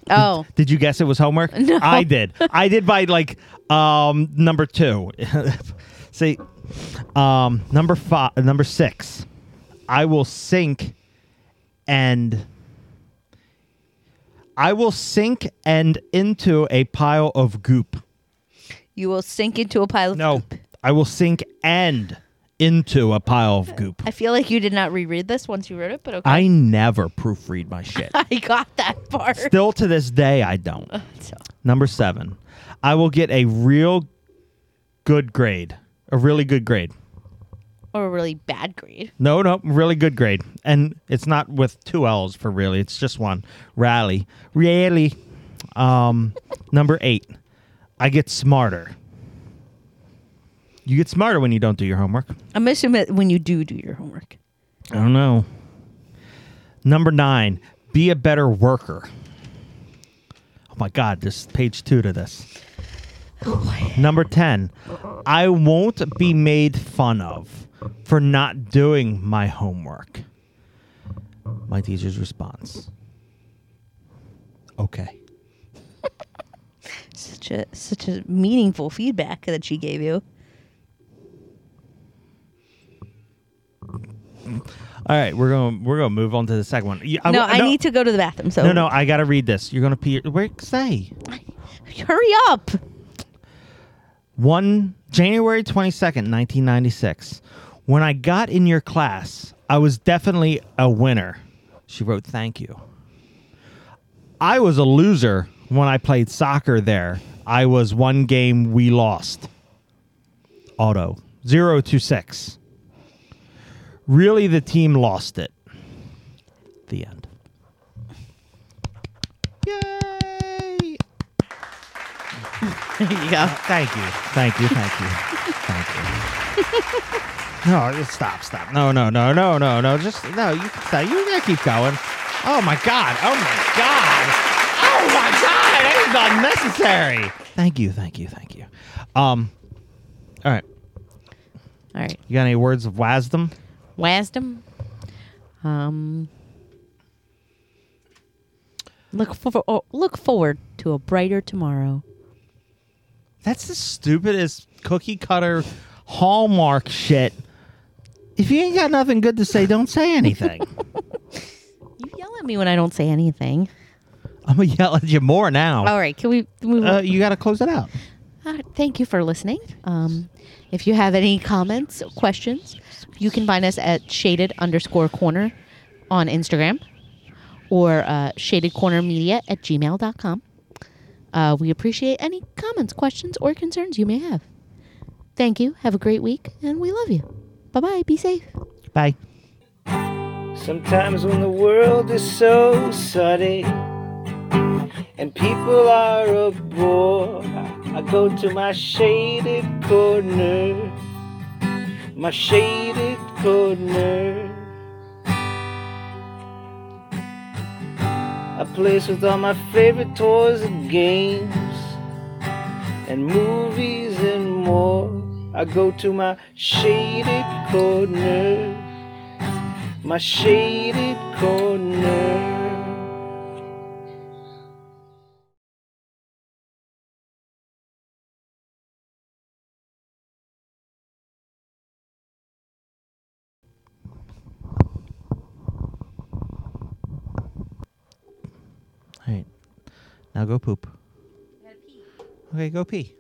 [SPEAKER 2] Oh.
[SPEAKER 1] Did you guess it was homework? (laughs) No. I did. I did by like um number 2. (laughs) See um number 5 number 6. I will sink and I will sink and into a pile of goop.
[SPEAKER 2] You will sink into a pile of
[SPEAKER 1] No,
[SPEAKER 2] poop.
[SPEAKER 1] I will sink and into a pile of goop.
[SPEAKER 2] I feel like you did not reread this once you wrote it, but okay.
[SPEAKER 1] I never proofread my shit.
[SPEAKER 2] (laughs) I got that
[SPEAKER 1] (laughs)
[SPEAKER 2] part.
[SPEAKER 1] Still to this day, I don't.
[SPEAKER 2] So,
[SPEAKER 1] Number seven, I will get a real good grade. A really good grade.
[SPEAKER 2] or a really bad grade.
[SPEAKER 1] No, no, really good grade. And it's not with two L's for really, it's just one. Rally. Rally. Um, (laughs) number eight, I get smarter. You get smarter when you don't do your homework.
[SPEAKER 2] I'm assuming that when you do do your homework.
[SPEAKER 1] I don't know. Number nine, be a better worker. Oh my God, there's page two to this. Number 10, I won't be made fun of for not doing my homework. My teacher's response. Okay.
[SPEAKER 2] Such a such a meaningful feedback that she gave you.
[SPEAKER 1] All right, we're going to we're going to move on to the second one. Yeah,
[SPEAKER 2] no,
[SPEAKER 1] w-
[SPEAKER 2] I need to go to the bathroom. So
[SPEAKER 1] No, no, I got to read this. You're going to pee. Wait, say.
[SPEAKER 2] hurry up.
[SPEAKER 1] 1 January 22nd, 1996. When I got in your class, I was definitely a winner. She wrote, Thank you. I was a loser when I played soccer there. I was one game we lost. Auto 026. Really, the team lost it. The end. Yay!
[SPEAKER 2] yeah.
[SPEAKER 1] Thank you. Thank you. Thank you. Thank you. No, just stop, stop. No, no, no, no, no, no. Just no. You can stop. You gotta keep going. Oh my god. Oh my god. Oh my god. That is unnecessary. Thank you. Thank you. Thank you. Um. All right.
[SPEAKER 2] All right.
[SPEAKER 1] You got any words of wisdom?
[SPEAKER 2] Wisdom. Um. Look for oh, look forward to a brighter tomorrow.
[SPEAKER 1] That's the stupidest cookie cutter hallmark shit. If you ain't got nothing good to say, don't say anything. (laughs)
[SPEAKER 2] You yell at me when I don't say anything.
[SPEAKER 1] I'm gonna yell at you more now.
[SPEAKER 2] All right, can we move
[SPEAKER 1] Uh,
[SPEAKER 2] on?
[SPEAKER 1] you gotta close it out.
[SPEAKER 2] All right, thank you for listening. Um, if you have any comments, questions, you can find us at shaded underscore corner on Instagram or uh, shadedcornermedia at gmail.com. Uh, we appreciate any comments, questions, or concerns you may have. Thank you. Have a great week, and we love you. Bye bye. Be safe.
[SPEAKER 1] Bye.
[SPEAKER 3] Sometimes when the world is so sudden and people are a bore, I go to my shaded corner, my shaded corner. A place with all my favorite toys and games and movies and more. I go to my shaded corner my shaded corner.
[SPEAKER 1] All right. Now go poop. Okay, go pee.